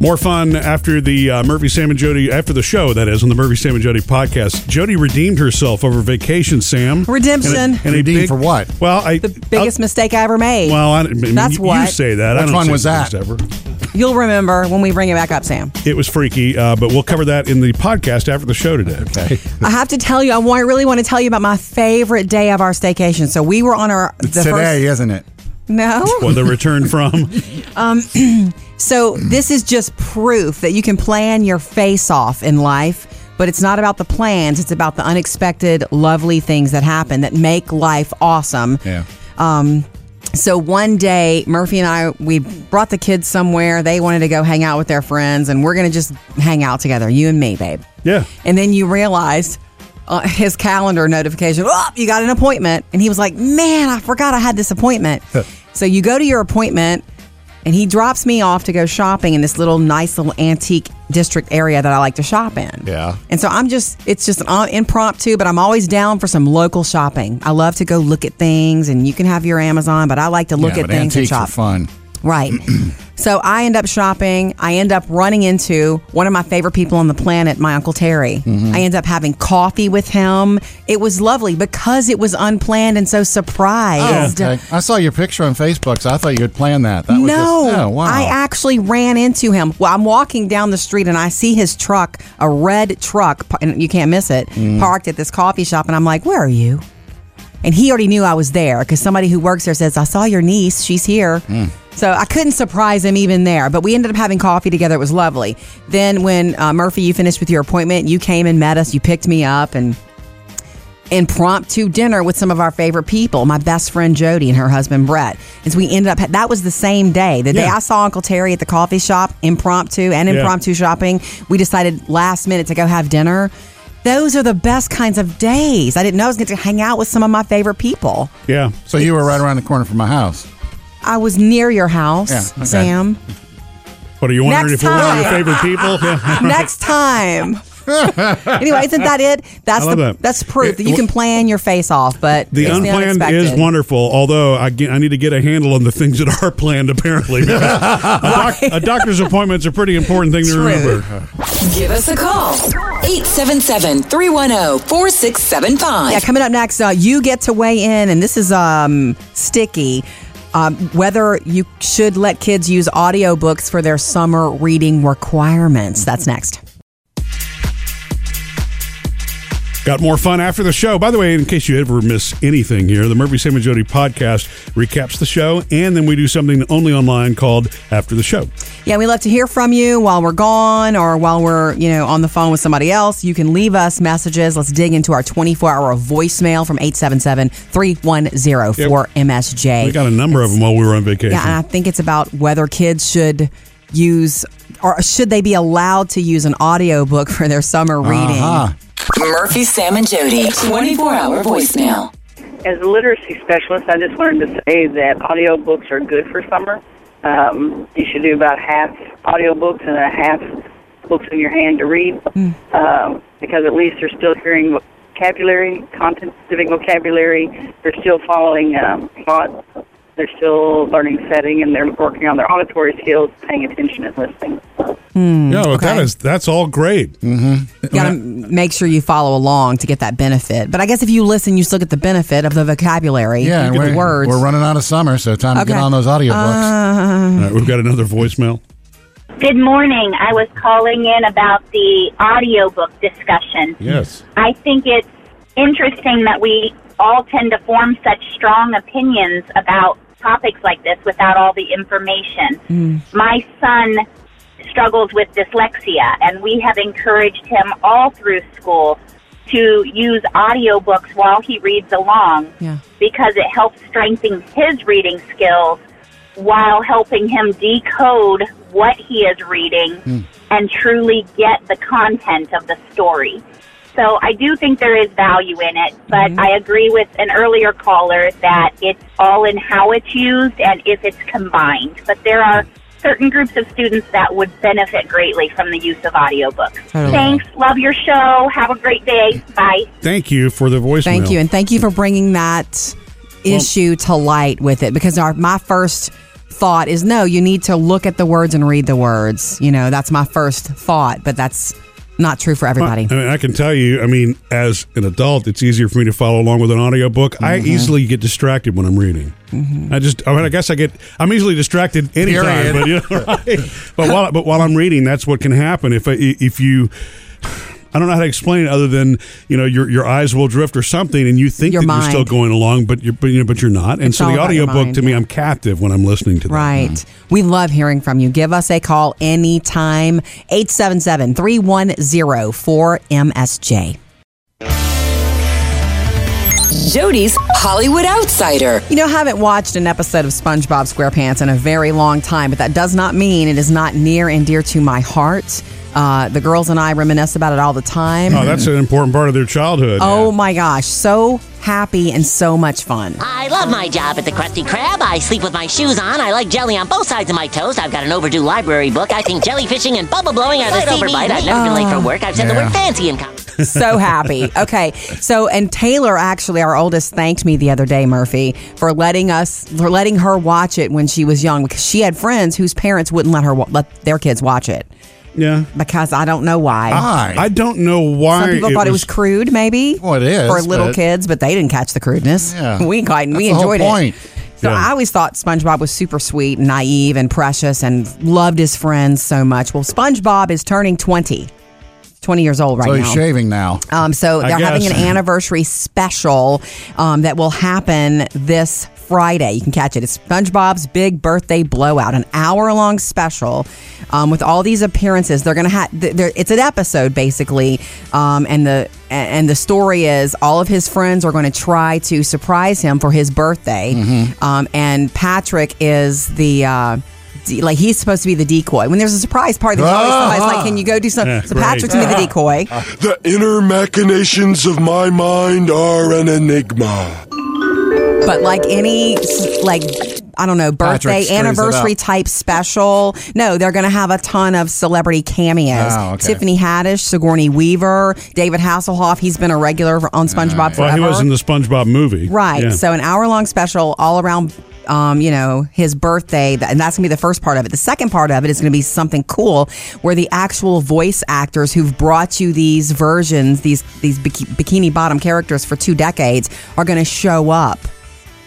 A: More fun after the uh, Murphy Sam and Jody after the show that is on the Murphy Sam and Jody podcast. Jody redeemed herself over vacation. Sam
B: Redemption.
A: And a- and a
C: Redeemed
A: big-
C: for what?
A: Well, I
C: Oh.
B: Biggest mistake I ever made.
A: well, I, I mean,
B: That's
A: you,
B: what.
A: you say that. I
C: Which
A: don't
C: one
A: say
C: was
A: it's
C: that?
A: Ever.
B: You'll remember when we bring it back up, Sam.
A: It was freaky, uh, but we'll cover that in the podcast after the show today. Okay.
B: I have to tell you, I, want, I really want to tell you about my favorite day of our staycation. So we were on our the
C: Today,
B: first.
C: isn't it?
B: No.
A: well, the return from
B: Um, so this is just proof that you can plan your face off in life, but it's not about the plans. It's about the unexpected, lovely things that happen that make life awesome.
C: Yeah.
B: Um, so one day, Murphy and I, we brought the kids somewhere. They wanted to go hang out with their friends, and we're going to just hang out together, you and me, babe.
A: yeah.
B: And then you realized uh, his calendar notification, oh, you got an appointment. And he was like, man, I forgot I had this appointment. so you go to your appointment, and he drops me off to go shopping in this little nice little antique district area that I like to shop in.
C: Yeah.
B: And so I'm just, it's just an uh, impromptu, but I'm always down for some local shopping. I love to go look at things, and you can have your Amazon, but I like to look
C: yeah,
B: at
C: but
B: things and
C: antiques
B: shop.
C: are fun.
B: Right. so I end up shopping. I end up running into one of my favorite people on the planet, my Uncle Terry.
C: Mm-hmm.
B: I end up having coffee with him. It was lovely because it was unplanned and so surprised.
C: Oh, okay. I saw your picture on Facebook, so I thought you had planned that. That was
B: No,
C: just, oh, wow.
B: I actually ran into him. Well, I'm walking down the street and I see his truck, a red truck, pa- and you can't miss it,
C: Mm.
B: parked at this coffee shop. And I'm like, "Where are you?" And he already knew I was there because somebody who works there says, "I saw your niece. She's here." So I couldn't surprise him even there. But we ended up having coffee together. It was lovely. Then when uh, Murphy, you finished with your appointment, you came and met us. You picked me up and impromptu dinner with some of our favorite people, my best friend Jody and her husband Brett. And so we ended up, that was the same day. The day
A: Yeah.
B: I saw Uncle Terry at the coffee shop, impromptu and
A: Yeah.
B: impromptu shopping, we decided last minute to go have dinner. Those are the best kinds of days. I didn't know I was going to hang out with some of my favorite people.
A: Yeah.
C: so you were right around the corner from my house.
B: I was near your house,
C: Yeah, okay.
B: Sam.
A: What are you wondering
B: Next
A: if we're one of your
B: time.
A: favorite people? Yeah.
B: Next time. anyway, isn't that it? That's
A: I
B: the
A: love that.
B: that's proof
A: It-
B: that you can plan your face off, but
A: The
B: it's
A: unplanned is
B: unexpected.
A: wonderful, although I, get, I need to get a handle on the things that are planned, apparently. because a, doc, a doctor's appointment's a pretty important thing to
B: True.
A: remember.
D: Give us a call. 877 310
B: Yeah,
D: 4675.
B: coming up next, uh, you get to weigh in, and this is um, sticky. Um, whether you should let kids use audiobooks for their summer reading requirements. That's next.
A: Got more fun after the show. By the way, in case you ever miss anything here, the Murphy, Sam, and Jody podcast recaps the show, and then we do something only online called After the Show.
B: Yeah, we love to hear from you while we're gone or while we're, you know, on the phone with somebody else. You can leave us messages. Let's dig into our 24 hour voicemail from 877 310
A: We
B: msj
A: got a number of them while we were on vacation.
B: Yeah, and I think it's about whether kids should use or should they be allowed to use an audiobook for their summer reading.
C: Uh-huh.
D: Murphy, Sam, and Jody. 24 hour voicemail.
L: As a literacy specialist, I just wanted to say that audiobooks are good for summer. Um, you should do about half audiobooks and a half books in your hand to read um, because at least they're still hearing vocabulary, content specific vocabulary. They're still following um, plot. They're still learning setting and they're working on their auditory skills, paying attention and listening.
B: um,
A: Yeah, well, that is that's all great.
B: You got to make sure you follow along to get that benefit. But I guess if you listen, you still get the benefit of the vocabulary.
C: Yeah,
B: you
C: and
B: get
C: we're,
B: the words.
C: we're running out of summer, so time to get
B: Okay. Uh,
C: on those audiobooks.
A: All right, we've got another voicemail.
J: Good morning. I was calling in about the audiobook discussion.
A: Yes.
J: I think it's interesting that we all tend to form such strong opinions about topics like this without all the information. My son struggles with dyslexia, and we have encouraged him all through school to use audiobooks while he reads along
B: Yeah.
J: because it helps strengthen his reading skills while helping him decode what he is reading and truly get the content of the story. So I do think there is value in it, but I agree with an earlier caller that it's all in how it's used and if it's combined. But there are
M: certain groups of students that would benefit greatly from the use of audiobooks.
B: Totally.
M: Thanks. Love your show. Have a great day. Bye.
A: Thank you for the voicemail.
B: Thank you, and thank you for bringing that issue to light with it because our my first thought is no, you need to look at the words and read the words. You know, that's my first thought, but that's not true for everybody.
A: Uh, I mean, I can tell you, I mean, as an adult, it's easier for me to follow along with an audiobook. I
B: Mhm.
A: easily get distracted when I'm reading.
B: Mm-hmm.
A: I just, I mean, I guess I get, I'm easily distracted anytime,
C: Period.
A: but, you know, right? but while, but while I'm reading, that's what can happen. If, I- if you, I don't know how to explain it other than, you know, your, your eyes will drift or something and you think
B: Your
A: that
B: mind.
A: you're still going along, but you're, but, you know, but you're not. And
B: It's
A: so
B: all
A: the
B: about your
A: audiobook
B: mind,
A: to me, I'm captive when I'm listening to that.
B: Right. We love hearing from you. Give us a call anytime. 877 310 4MSJ.
D: Jody's Hollywood Outsider.
B: You know, I haven't watched an episode of SpongeBob SquarePants in a very long time, but that does not mean it is not near and dear to my heart. Uh, the girls and I reminisce about it all the time.
A: Oh, that's an important part of their childhood.
B: Oh my gosh. So happy and so much fun.
E: I love my job at the Krusty Krab. I sleep with my shoes on. I like jelly on both sides of my toes. I've got an overdue library book. I think jelly fishing and bubble blowing are the
D: Right
E: same
D: over Oh.
E: overbite.
D: me.
E: I've never been late for
B: Ah.
E: work. I've said the
B: Yeah.
E: word fancy in college.
B: so happy. Okay. So, and Taylor, actually, our oldest, thanked me the other day, Murphy, for letting us, for letting her watch it when she was young because she had friends whose parents wouldn't let her, wa- let their kids watch it.
A: Yeah.
B: Because I don't know why.
C: Ah.
A: I don't know why.
B: Some people thought it was crude, maybe.
A: Well, it is,
B: For little
A: but-
B: kids, but they didn't catch the crudeness.
A: Yeah.
B: We got, we
A: That's the whole
B: enjoyed
A: point.
B: it. So
A: Yeah.
B: I always thought SpongeBob was super sweet, and naive, and precious, and loved his friends so much. Well, SpongeBob is turning 20. 20 years old right
C: so
B: now.
C: he's shaving now.
B: Um, so
C: I
B: they're having
C: guess.
B: an anniversary special um, that will happen this Friday. You can catch it. It's SpongeBob's Big Birthday Blowout, an hour long special um, with all these appearances. They're gonna have. It's an episode basically, um, and the and the story is all of his friends are going to try to surprise him for his birthday.
C: Mm-hmm.
B: Um, and Patrick is the. Uh, de- like he's supposed to be the decoy. When there's a surprise party, there's always
C: Ah,
B: somebody's like, "Can you go do something?"
F: Yeah,
B: so
F: right.
B: Patrick's gonna be the decoy.
F: The inner machinations of my mind are an enigma.
B: But like any like I don't know
F: Patrick
B: birthday
F: screws it
B: anniversary
F: up.
B: type special. No, they're going to have a ton of celebrity cameos.
A: Oh, okay.
B: Tiffany Haddish, Sigourney Weaver, David Hasselhoff. He's been a regular on SpongeBob forever.
A: Well, he was in the SpongeBob movie,
B: Right.
A: Yeah.
B: So an hour long special all around. Um, you know his birthday, th- and that's gonna be the first part of it. The second part of it is gonna be something cool, where the actual voice actors who've brought you these versions, these these biki- bikini bottom characters for two decades, are gonna show up,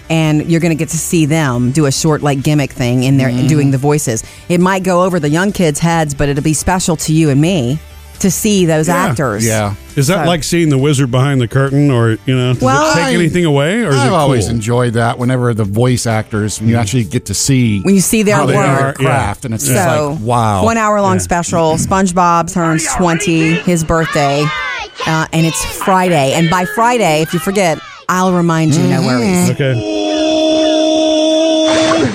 B: and you're gonna get to see them do a short like gimmick thing in there
C: Mm.
B: doing the voices. It might go over the young kids' heads, but it'll be special to you and me to see those actors.
A: Is that
B: So-
A: like seeing the wizard behind the curtain, or you know, does
B: Well,
A: it take
B: I-
A: anything away, or is
C: I've
A: it
C: always
A: cool?
C: enjoyed that whenever the voice actors, you actually get to see
B: when you see their
C: how they
B: work,
C: are craft, and it's just like, wow.
B: One hour long special. SpongeBob turns twenty, his birthday, uh, and it's Friday. And by Friday, if you forget, I'll remind you. No worries.
A: Okay.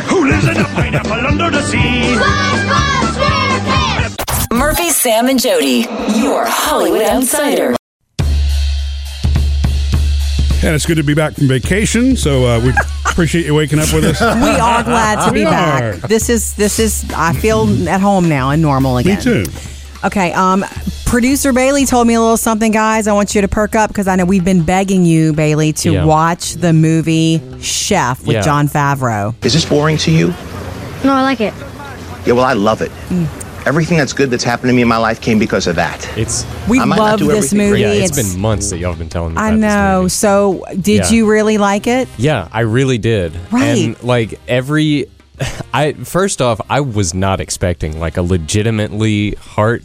H: Who lives in a pineapple under the sea?
D: Murphy, Sam, and Jody, your Hollywood Outsider.
A: And it's good to be back from vacation. So uh, we appreciate you waking up with us.
B: We are glad to be
A: We
B: back.
A: are.
B: This is this is. I feel at home now and normal again.
A: Me too.
B: Okay, um, producer Bailey told me a little something, guys. I want you to perk up because I know we've been begging you, Bailey, to
N: Yeah.
B: watch the movie Chef with
N: Yeah.
B: John Favreau.
N: Is this boring to you?
O: No, I like it.
N: Yeah, well, I love it.
B: Mm.
N: Everything that's good that's happened to me in my life came because of that. It's
B: We love this movie.
P: Yeah, it's
B: It's-
P: been months that y'all have been telling me.
B: I
P: about this.
B: know. So, did
P: Yeah.
B: you really like it?
P: Yeah, I really did.
B: Right.
P: And like every, I first off, I was not expecting like a legitimately heartfelt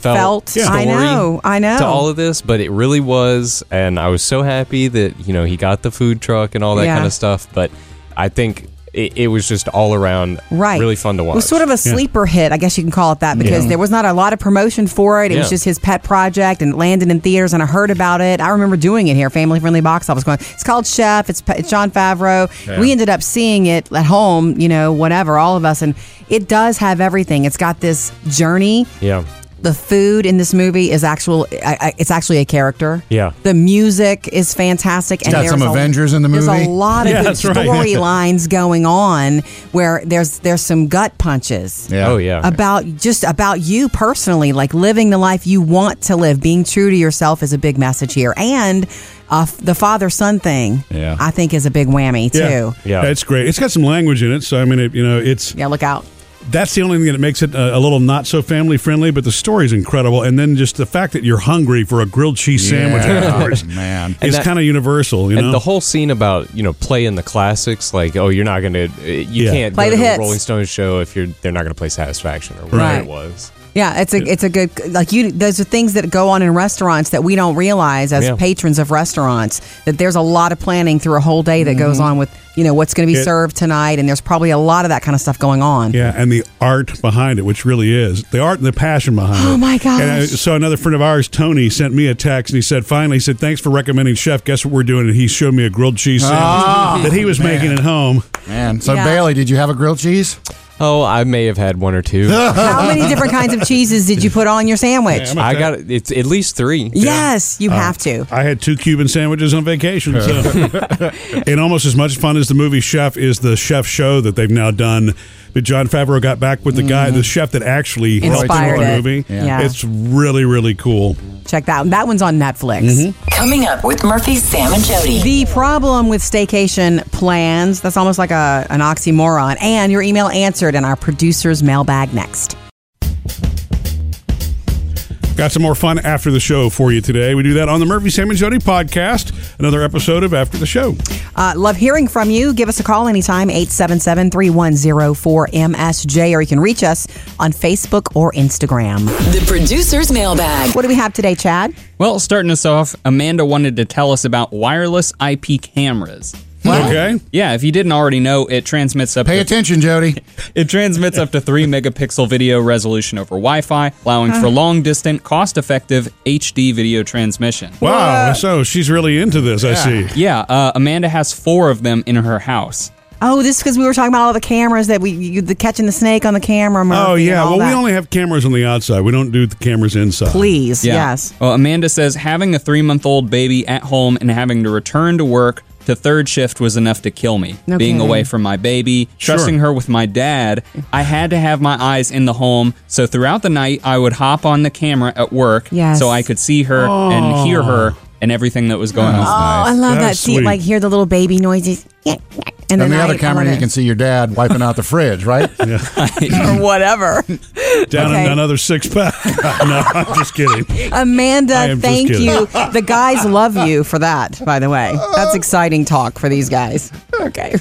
B: Felt. Yeah.
P: story.
B: I know, I know.
P: To all of this, but it really was, and I was so happy that you know he got the food truck and all that
B: Yeah.
P: kind of stuff. But I think it, it was just all around
B: Right.
P: really fun to watch.
B: It was sort of a sleeper hit, I guess you can call it that, because
P: Yeah.
B: there was not a lot of promotion for it. It was
P: Yeah.
B: just his pet project and it landed in theaters, and I heard about it. I remember doing it here, family friendly box office going, it's called Chef, it's, it's John Favreau.
Q: Yeah.
B: We ended up seeing it at home, you know, whatever, all of us, and it does have everything. It's got this journey
P: Yeah.
B: The food in this movie is actual. I, I, it's actually a character.
P: Yeah.
B: The music is fantastic.
C: It's got
B: there's
C: some
B: a-
C: Avengers in the
B: There's
C: movie.
B: a lot of
C: Yeah,
B: good
C: that's right.
B: storylines going on where there's there's some gut punches.
P: Yeah. Oh, yeah.
B: About just about you personally, like living the life you want to live, being true to yourself is a big message here, and uh, the father son thing.
A: Yeah.
B: I think is a big whammy too.
A: Yeah. That's great. It's got some language in it. So, I mean, it, you know, it's.
B: Yeah, look out.
A: That's the only thing that makes it a, a little not so family friendly, but the story's incredible. And then just the fact that you're hungry for a grilled cheese sandwich
P: Yeah.
A: afterwards.
C: man.
A: It's
P: that-
A: kind of universal, you know?
P: And the whole scene about you know playing the classics, like oh, you're not gonna, uh, you
A: Yeah.
P: can't
B: Play
P: go
B: the
P: to
B: hits.
P: a Rolling Stones show if you're they're not gonna play Satisfaction or whatever
B: Right.
P: it was.
B: Yeah, it's a it's a good like you. Those are things that go on in restaurants that we don't realize as
P: Yeah.
B: patrons of restaurants that there's a lot of planning through a whole day that goes on with you know what's going to be
A: It-
B: served tonight, and there's probably a lot of that kind of stuff going on.
A: Yeah, and the art behind it, which really is the art and the passion behind it.
B: Oh, my gosh.
A: And I, so another friend of ours, Tony, sent me a text and he said, "Finally, he said thanks for recommending Chef. Guess what we're doing?" And he showed me a grilled cheese sandwich
C: Ah,
A: that he was
C: man.
A: making at home.
C: Man, so
B: Yeah.
C: Bailey, did you have a grilled cheese?
P: Oh, I may have had one or two.
B: How many different kinds of cheeses did you put on your sandwich?
P: I got it's at least three.
B: Yes, you have to.
A: I had two Cuban sandwiches on vacation. So. and almost as much fun as the movie Chef is the Chef show that they've now done. But John Favreau got back with the guy, the chef that actually
B: Mm-hmm. Inspired
A: helped with the
B: it.
A: movie.
B: Yeah. Yeah.
A: It's really, really cool.
B: Check that. That one's on Netflix.
D: Coming up with Murphy, Sam, and Jody.
B: The problem with staycation plans, that's almost like a, an oxymoron. And your email answered in our producer's mailbag next.
A: Got some more fun after the show for you today. We do that on the Murphy Sam and Jody podcast. Another episode of After the Show.
B: Uh, love hearing from you. Give us a call anytime, 877 3104 MSJ, or you can reach us on Facebook or Instagram.
D: The producer's mailbag.
B: What do we have today, Chad?
J: Well, starting us off, Amanda wanted to tell us about wireless IP cameras.
A: Okay.
J: Yeah, if you didn't already know, it transmits up
C: Pay
J: to
C: attention, Jody.
J: It transmits up to 3 megapixel video resolution over Wi-Fi, allowing for
B: Uh-huh.
A: Huh.
J: long distance cost-effective HD video transmission.
A: Wow. So she's really into this, I see.
J: Yeah, uh, Amanda has 4 of them in her house.
B: Oh, this is because we were talking about all the cameras that we, you, the catching the snake on the camera. Murphy,
A: Oh,
B: and
A: yeah.
B: all
A: Well, we
B: that.
A: only have cameras on the outside. We don't do the cameras inside.
B: Please, yes.
J: Well, Uh, Amanda says having a three month old baby at home and having to return to work to third shift was enough to kill me.
B: No
J: Being
B: kidding.
J: away from my baby,
B: Sure.
J: trusting her with my dad, I had to have my eyes in the home. So throughout the night, I would hop on the camera at work
B: Yes.
J: so I could see her and hear her and everything that was going
B: Oh,
J: on.
B: I love that. See, like, hear the little baby noises. And
C: And,
B: then
C: the other
B: I- I
C: camera,
B: love
C: you
B: it.
C: can see your dad wiping out the fridge, right?
B: or whatever.
A: Down
B: Okay.
A: in another six pack. no, I'm just kidding. I
B: Amanda,
A: am just
B: thank
A: kidding.
B: you. The guys love you for that, by the way. That's exciting talk for these guys. Okay.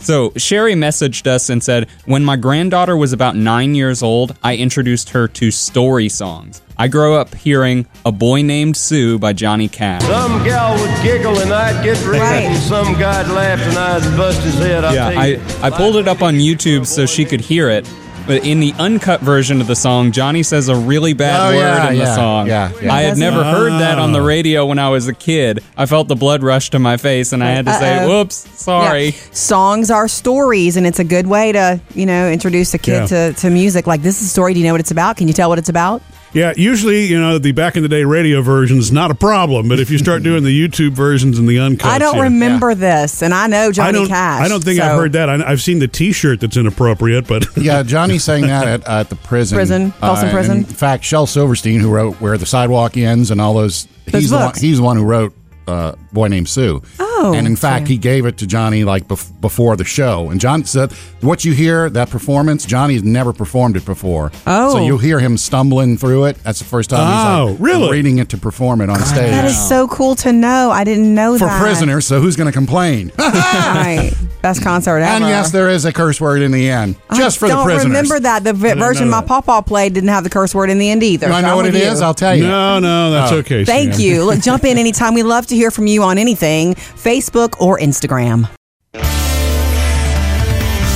J: So Sherry messaged us and said, When my granddaughter was about nine years old, I introduced her to story songs. I grew up hearing A Boy Named Sue by Johnny Cash.
G: Some gal would giggle and I'd get red, and some guy'd laugh and I'd bust his head. I
J: yeah,
G: tell you.
J: I, I pulled it up on YouTube so she could hear it. But in the uncut version of the song, Johnny says a really bad
C: Oh,
J: word
C: yeah,
J: in the
C: yeah,
J: song.
C: yeah, yeah. Oh.
J: I had
C: Doesn't-
J: never heard that on the radio when I was a kid. I felt the blood rush to my face and I had to say,
B: Uh-oh.
J: whoops, sorry.
B: Yeah. Songs are stories, and it's a good way to, you know, introduce a kid
A: Yeah.
B: to, to music. Like, this is a story. Do you know what it's about? Can you tell what it's about?
A: Yeah, usually, you know, the back in the day radio version's not a problem, but if you start doing the YouTube versions and the uncuts,
B: I don't
A: yeah.
B: remember this, and I know Johnny
A: I don't,
B: Cash.
A: I don't think
B: so-
A: I've heard that. I, I've seen the t shirt that's inappropriate, but.
C: Yeah, Johnny sang that at, at the prison. Uh,
B: Prison, Folsom Prison.
C: In fact, Shel Silverstein, who wrote "Where the Sidewalk Ends" and all those,
B: Those
C: he's the one,
B: books.
C: he's the one who wrote uh, "Boy Named Sue."
B: Oh,
C: and in fact,
B: okay.
C: he gave it to Johnny like bef- before the show. And John said, "What you hear that performance, Johnny's never performed it before.
B: Oh.
C: so you'll hear him stumbling through it. That's the first time.
A: Oh,
C: he's like,
A: really?
C: Reading it to perform it on stage
B: That is so cool to know. I didn't know
C: for
B: that.
C: prisoners. So who's going to complain?
B: right. Best concert ever.
C: and yes, there is a curse word in the end, just
B: I
C: for the
B: don't
C: prisoners.
B: remember that. The v-
A: didn't
B: version
A: know
B: my
A: that.
B: papa played didn't have the curse word in the end either.
C: You wanna
B: so
C: know
B: I'm
C: what it
B: with you.
C: is? I'll tell you.
A: No, no, that's
C: Oh.
A: okay.
B: Oh, Thank
A: Sam.
B: you. Look, jump in anytime. We love to hear from you on anything, Facebook or Instagram.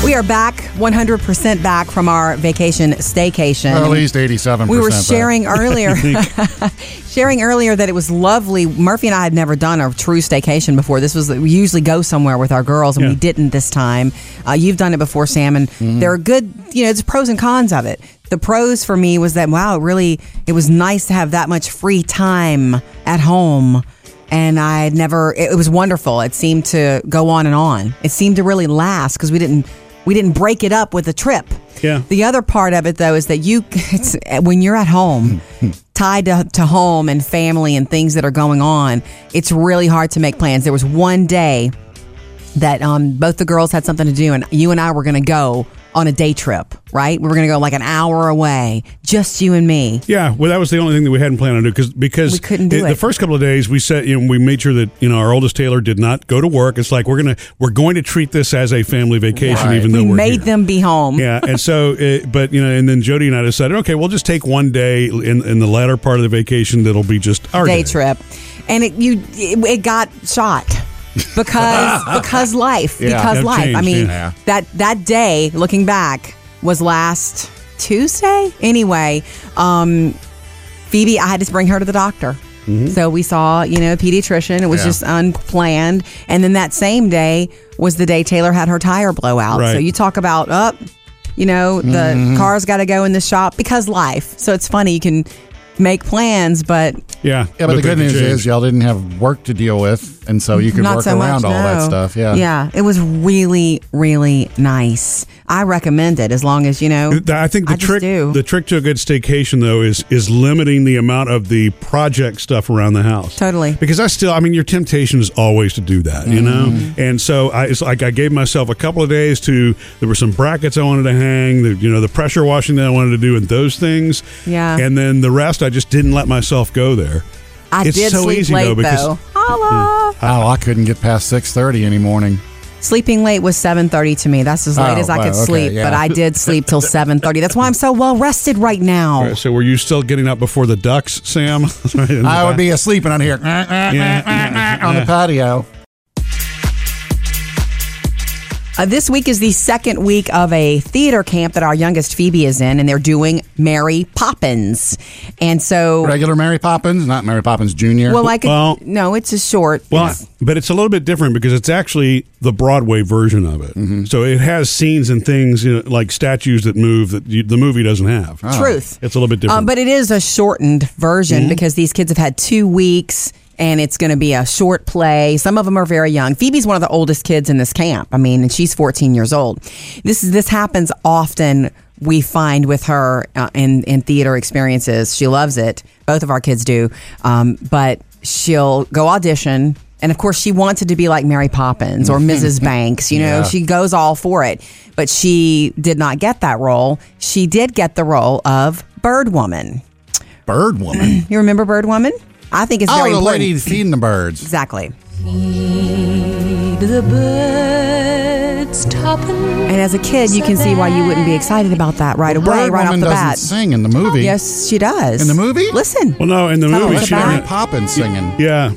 B: We are back, 100% back from our vacation staycation.
C: At least eighty-seven.
B: we were sharing earlier, sharing earlier that it was lovely. Murphy and I had never done a true staycation before. This was we usually go somewhere with our girls, and we
A: Yeah.
B: didn't this time. Uh, you've done it before, Sam, and there are good, you know, there's pros and cons of it. the pros for me was that wow, it really it was nice to have that much free time at home. And I had never it, it was wonderful. It seemed to go on and on. It seemed to really last because we didn't we didn't break it up with a trip.
A: Yeah.
B: The other part of it though is that you it's, when you're at home tied to, to home and family and things that are going on, it's really hard to make plans. There was one day that um, both the girls had something to do, and you and I were going to go on a day trip, right? We were going to go like an hour away, just you and me.
A: Yeah, well, that was the only thing that we hadn't planned on doing because because
B: We couldn't do
A: the,
B: it.
A: the first couple of days we said you know, we made sure that you know our oldest Taylor did not go to work. It's like we're gonna we're going to treat this as a family vacation,
B: Right.
A: even
B: we
A: though we're
B: made
A: here.
B: them be home.
A: yeah, and so, uh but you know, and then Jody and I decided, okay, we'll just take one day in in the latter part of the vacation that'll be just our
B: day trip, and it you it, it got shot because because life
A: Yeah,
B: because
A: that
B: life. I
A: changed,
B: mean
A: yeah.
B: that that day looking back was last Tuesday anyway. Um, Phoebe, I had to bring her to the doctor. So we saw, you know, a pediatrician. It
A: Mm-hmm.
B: was
A: Yeah.
B: just unplanned. And then that same day was the day Taylor had her tire blowout. So
A: Right.
B: you talk about up, you know, the
A: Mhm.
B: car's got to go in the shop because life. So it's funny you can make plans, but
A: Yeah,
C: Yeah, but,
B: But
C: the
B: they
C: good
B: could
C: news
B: change.
C: is y'all didn't have work to deal with, and so you could work around all that
B: no.
C: stuff. Yeah,
B: yeah, it was really, really nice. I recommend it as long as you know.
A: Th- I think the
B: just
A: trick the trick to a good staycation though is is limiting the amount of the project stuff around the house.
B: Totally.
A: Because I still I mean your temptation is always to do that, you
B: Mm-hmm.
A: know? And so I it's like I gave myself a couple of days to there were some brackets I wanted to hang, the, you know, the pressure washing that I wanted to do and those things.
B: Yeah.
A: And then the rest I just didn't let myself go there.
B: I
A: it's
B: did
A: so
B: sleep
A: easy
B: late
A: though because
B: Holla.
C: Oh, I couldn't get past six thirty any morning.
B: Sleeping late was seven thirty to me. That's as late
C: Oh,
B: as I could
C: wow, okay,
B: sleep,
C: yeah.
B: but I did sleep till seven thirty. That's why I'm so well rested right now.
A: So were you still getting up before the ducks, Sam?
C: I would be asleep and I'd hear "Eh, on the patio.
B: Uh, this week is the second week of a theater camp that our youngest Phoebe is in, and they're doing Mary Poppins. And so,
C: Regular Mary Poppins, not Mary Poppins Junior.
B: well, I could
A: Well-
B: no, it's a short.
A: Well, but it's a little bit different because it's actually the Broadway version of it.
C: Mm-hmm.
A: So it has scenes and things you know, like statues that move that you, the movie doesn't have.
C: Oh.
B: Truth.
A: It's a little bit different.
B: Um, but it is a shortened version because these kids have had two weeks and it's going to be a short play. Some of them are very young. Phoebe's one of the oldest kids in this camp. I mean, and she's 14 years old. This is this happens often. We find with her uh, in in theater experiences. She loves it. Both of our kids do. Um, but she'll go audition. And of course, she wanted to be like Mary Poppins or Mrs. Banks. You know,
O: Yeah.
B: she goes all for it, but she did not get that role. She did get the role of Bird Woman.
C: Bird Woman.
B: you remember Bird Woman? I think it's
C: oh,
B: very
C: the
B: important.
C: lady feeding the birds.
B: Exactly.
O: the birds topping.
B: And as a kid, you can see why you wouldn't be excited about that right away,
C: Bird
B: right
C: Woman
B: off the
C: doesn't
B: bat.
C: sing in the movie.
B: Yes, she does.
C: In the movie?
B: Listen.
A: well, no, in the
B: Tell
A: movie
B: us
A: she
B: about
A: doesn't-
B: it.
C: Poppins singing.
A: Yeah.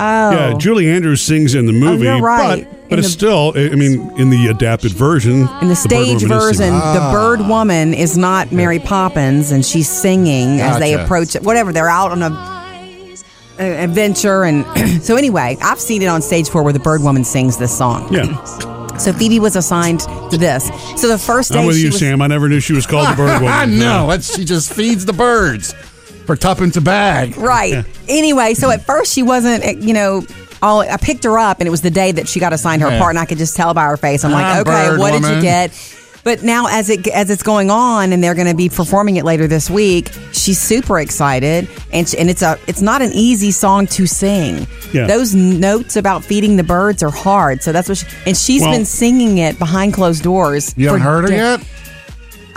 B: Oh.
A: Yeah, Julie Andrews sings in the movie,
B: you're right.
A: but,
B: In
A: but it's
B: the-
A: still, I I mean, in the adapted version.
B: In the stage version, the bird woman is not Mary Poppins, and she's singing as they
A: Gotcha.
B: approach it. Whatever they're out on a a- adventure, and so anyway, I've seen it on stage before where the bird woman sings this song.
A: Yeah.
B: So Phoebe was assigned to this. So the first day
A: I'm with
B: she
A: you,
B: was,
A: Sam. I never knew she was called the bird woman.
C: I know. That's, she just feeds the birds for tuppence a bag.
B: Right. Anyway, so at first she wasn't, uh, you know, all I picked her up and it was the day that she got assigned her
O: Yeah.
B: part and I could just tell by her face. I'm
O: Ah,
B: like, okay,
O: bird
B: what did
O: woman.
B: you get? But now as it as it's going on and they're going to be performing it later this week, she's super excited and she, and it's a it's not an easy song to sing.
O: Yeah.
B: Those notes about feeding the birds are hard. So that's what she, and she's
O: Well-
B: been singing it behind closed doors.
C: You haven't heard her yet?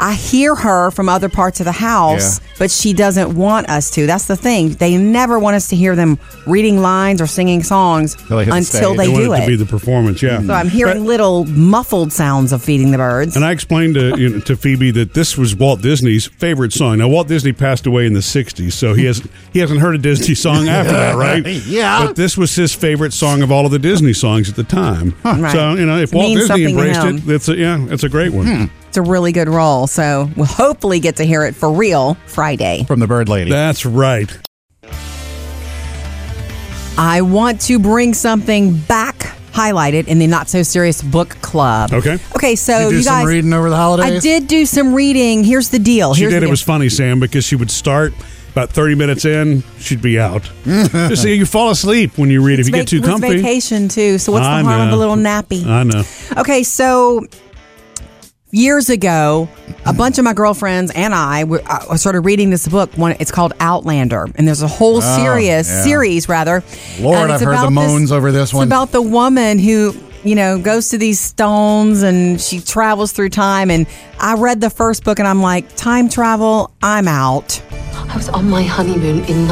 B: I hear her from other parts of the house,
C: Yeah.
B: but she doesn't want us to. That's the thing. They never want us to hear them reading lines or singing songs until they,
A: want
B: do
A: it,
B: it.
A: to be the performance. Yeah.
B: so I'm hearing little muffled sounds of feeding the birds.
A: And I explained to you know, to Phoebe that this was Walt Disney's favorite song. Now Walt Disney passed away in the '60s, so he has he hasn't heard a Disney song after that, right?
C: Yeah.
A: But this was his favorite song of all of the Disney songs at the time.
B: Right.
A: So you know, if
B: It
A: Walt Disney
B: means something to
A: embraced
B: him. Hmm.
A: it, it's a, yeah, it's a great one.
B: It's a really good role. So we'll hopefully get to hear it for real Friday.
C: From the bird lady.
A: That's right.
B: I want to bring something back highlighted in the Not So Serious Book Club.
A: Okay.
B: Okay, so
C: You
B: you,
C: do some
B: guys
C: reading over the holidays?
B: I did do some reading. Here's the deal.
A: She
B: Here's
A: did. It
B: the deal.
A: was funny, Sam, because she would start about 30 minutes in, she'd be out. Just so you fall asleep when you read if you get
B: Vac-
A: too
B: it was
A: comfy.
B: vacation too. So what's
A: I
B: the harm of
A: know.
B: a little nappy?
A: I know.
B: Okay, so years ago, a bunch of my girlfriends and I, were, I started reading this book. One, it's called Outlander, and there's a whole
C: Oh,
B: series
C: yeah.
B: series rather.
C: Lord,
B: and it's
C: I've heard
B: about
C: the moans over this
B: it's
C: one.
B: about the woman who you know goes to these stones and she travels through time. And I read the first book, and I'm like, time travel, I'm out.
Q: I was on my honeymoon in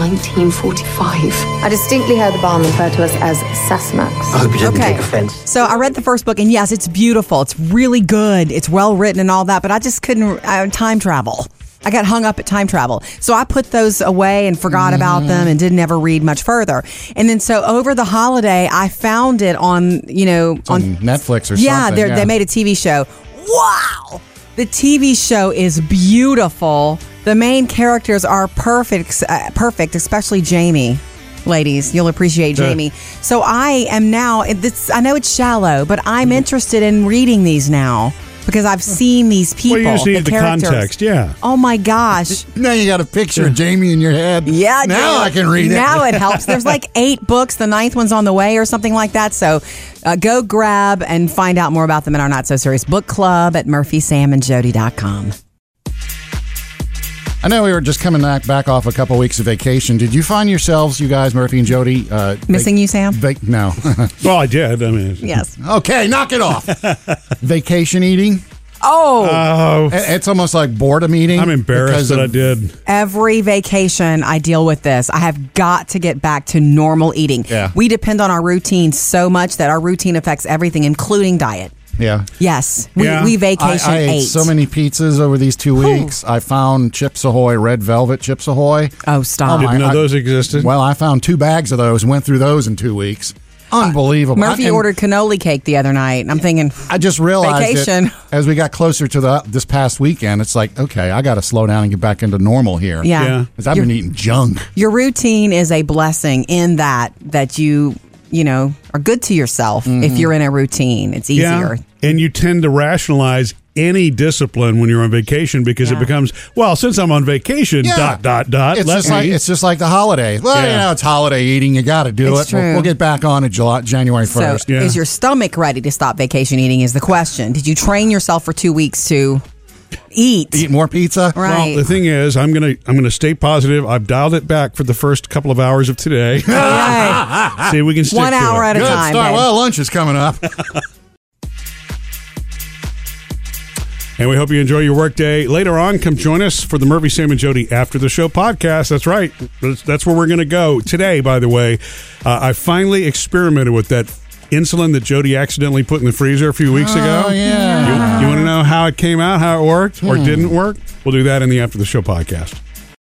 Q: 1945. I distinctly heard the barman refer to us as Sasmax.
B: I hope you didn't Okay. take
Q: offense.
B: So I read the first book, and yes, it's beautiful. It's really good. It's well written and all that, but I just couldn't I, time travel. I got hung up at time travel. So I put those away and forgot about them and didn't ever read much further. And then so over the holiday, I found it on, you know,
C: on
B: on
C: Netflix or
B: yeah,
C: something.
B: they're- they made a TV show. Wow! The TV show is beautiful. The main characters are perfect, uh, perfect, especially Jamie. Ladies, you'll appreciate
R: Yeah.
B: Jamie. So I am now. It's, I know it's shallow, but
A: Mm-hmm.
B: I'm interested in reading these now because I've seen these people.
A: Well, you just need the
B: characters.
A: context, yeah.
B: Oh my gosh!
C: now you got a picture of Jamie in your head.
B: Yeah,
C: Now
B: Jamie.
C: I can read it.
B: Now it helps. There's like eight books. The ninth one's on the way, or something like that. So uh, go grab and find out more about them in our Not So Serious Book Club at murphysamandjody.com.
C: I know we were just coming back, back off a couple weeks of vacation. Did you find yourselves, you guys, Murphy and Jody, uh,
B: Missing you, Sam?
C: Vac- no.
A: well, I did. I mean,
B: Yes.
C: Okay, knock it off. vacation eating.
B: Oh,
C: Uh,
A: Oh.
C: I- it's almost like boredom eating.
A: I'm embarrassed
C: because
A: that I
C: of-
A: did.
B: every vacation I deal with this. I have got to get back to normal eating.
C: Yeah.
B: We depend on our routine so much that our routine affects everything, including diet.
C: Yeah.
B: Yes, we, we vacation
C: I, I
B: ate.
C: ate so many pizzas over these two weeks. I found Chips Ahoy, Red Velvet Chips Ahoy.
B: Oh, stop!
A: Didn't know those existed.
C: Well, I found two bags of those and went through those in two weeks. Unbelievable.
B: Uh, Murphy
C: I- and
B: ordered cannoli cake the other night. and I'm thinking,
C: I just realized it
B: vacation.
C: as we got closer to the this past weekend. It's like okay, I got to slow down and get back into normal here.
B: Yeah. Yeah.
C: 'Cause I've been
B: You're-
C: eating junk.
B: Your routine is a blessing in that that you you know are good to yourself if you're in a routine. It's easier.
A: Yeah. And you tend to rationalize any discipline when you're on vacation because it becomes, well, since I'm on vacation,
C: Yeah.
A: dot, dot, dot.
C: It's
A: let
C: just
A: me-
C: like it's just like the holidays. Well, you
A: Yeah.
C: know, it's holiday eating. You got to do
B: It's
C: it. We'll,
B: true.
C: we'll get back on it July, January
B: So,
C: first.
B: is your stomach ready to stop vacation eating? Is the question. Did you train yourself for two weeks to eat?
C: Eat more pizza.
B: Right.
A: Well, the thing is, I'm gonna I'm gonna stay positive. I've dialed it back for the first couple of hours of today.
B: Right.
A: See, we can stick
B: Ah, One
A: to
B: hour
A: it.
B: at a
C: Good
B: time.
C: start.
B: babe.
C: Well, lunch is coming up.
A: And we hope you enjoy your workday. Later on, come join us for the Murphy, Sam, and Jody After the Show podcast. That's right. That's, that's where we're going to go. Today, by the way, uh, I finally experimented with that insulin that Jody accidentally put in the freezer a few weeks ago.
C: Oh, yeah. Hmm.
A: You, want to know how it came out, how it worked, or didn't work? We'll do that in the After the Show podcast.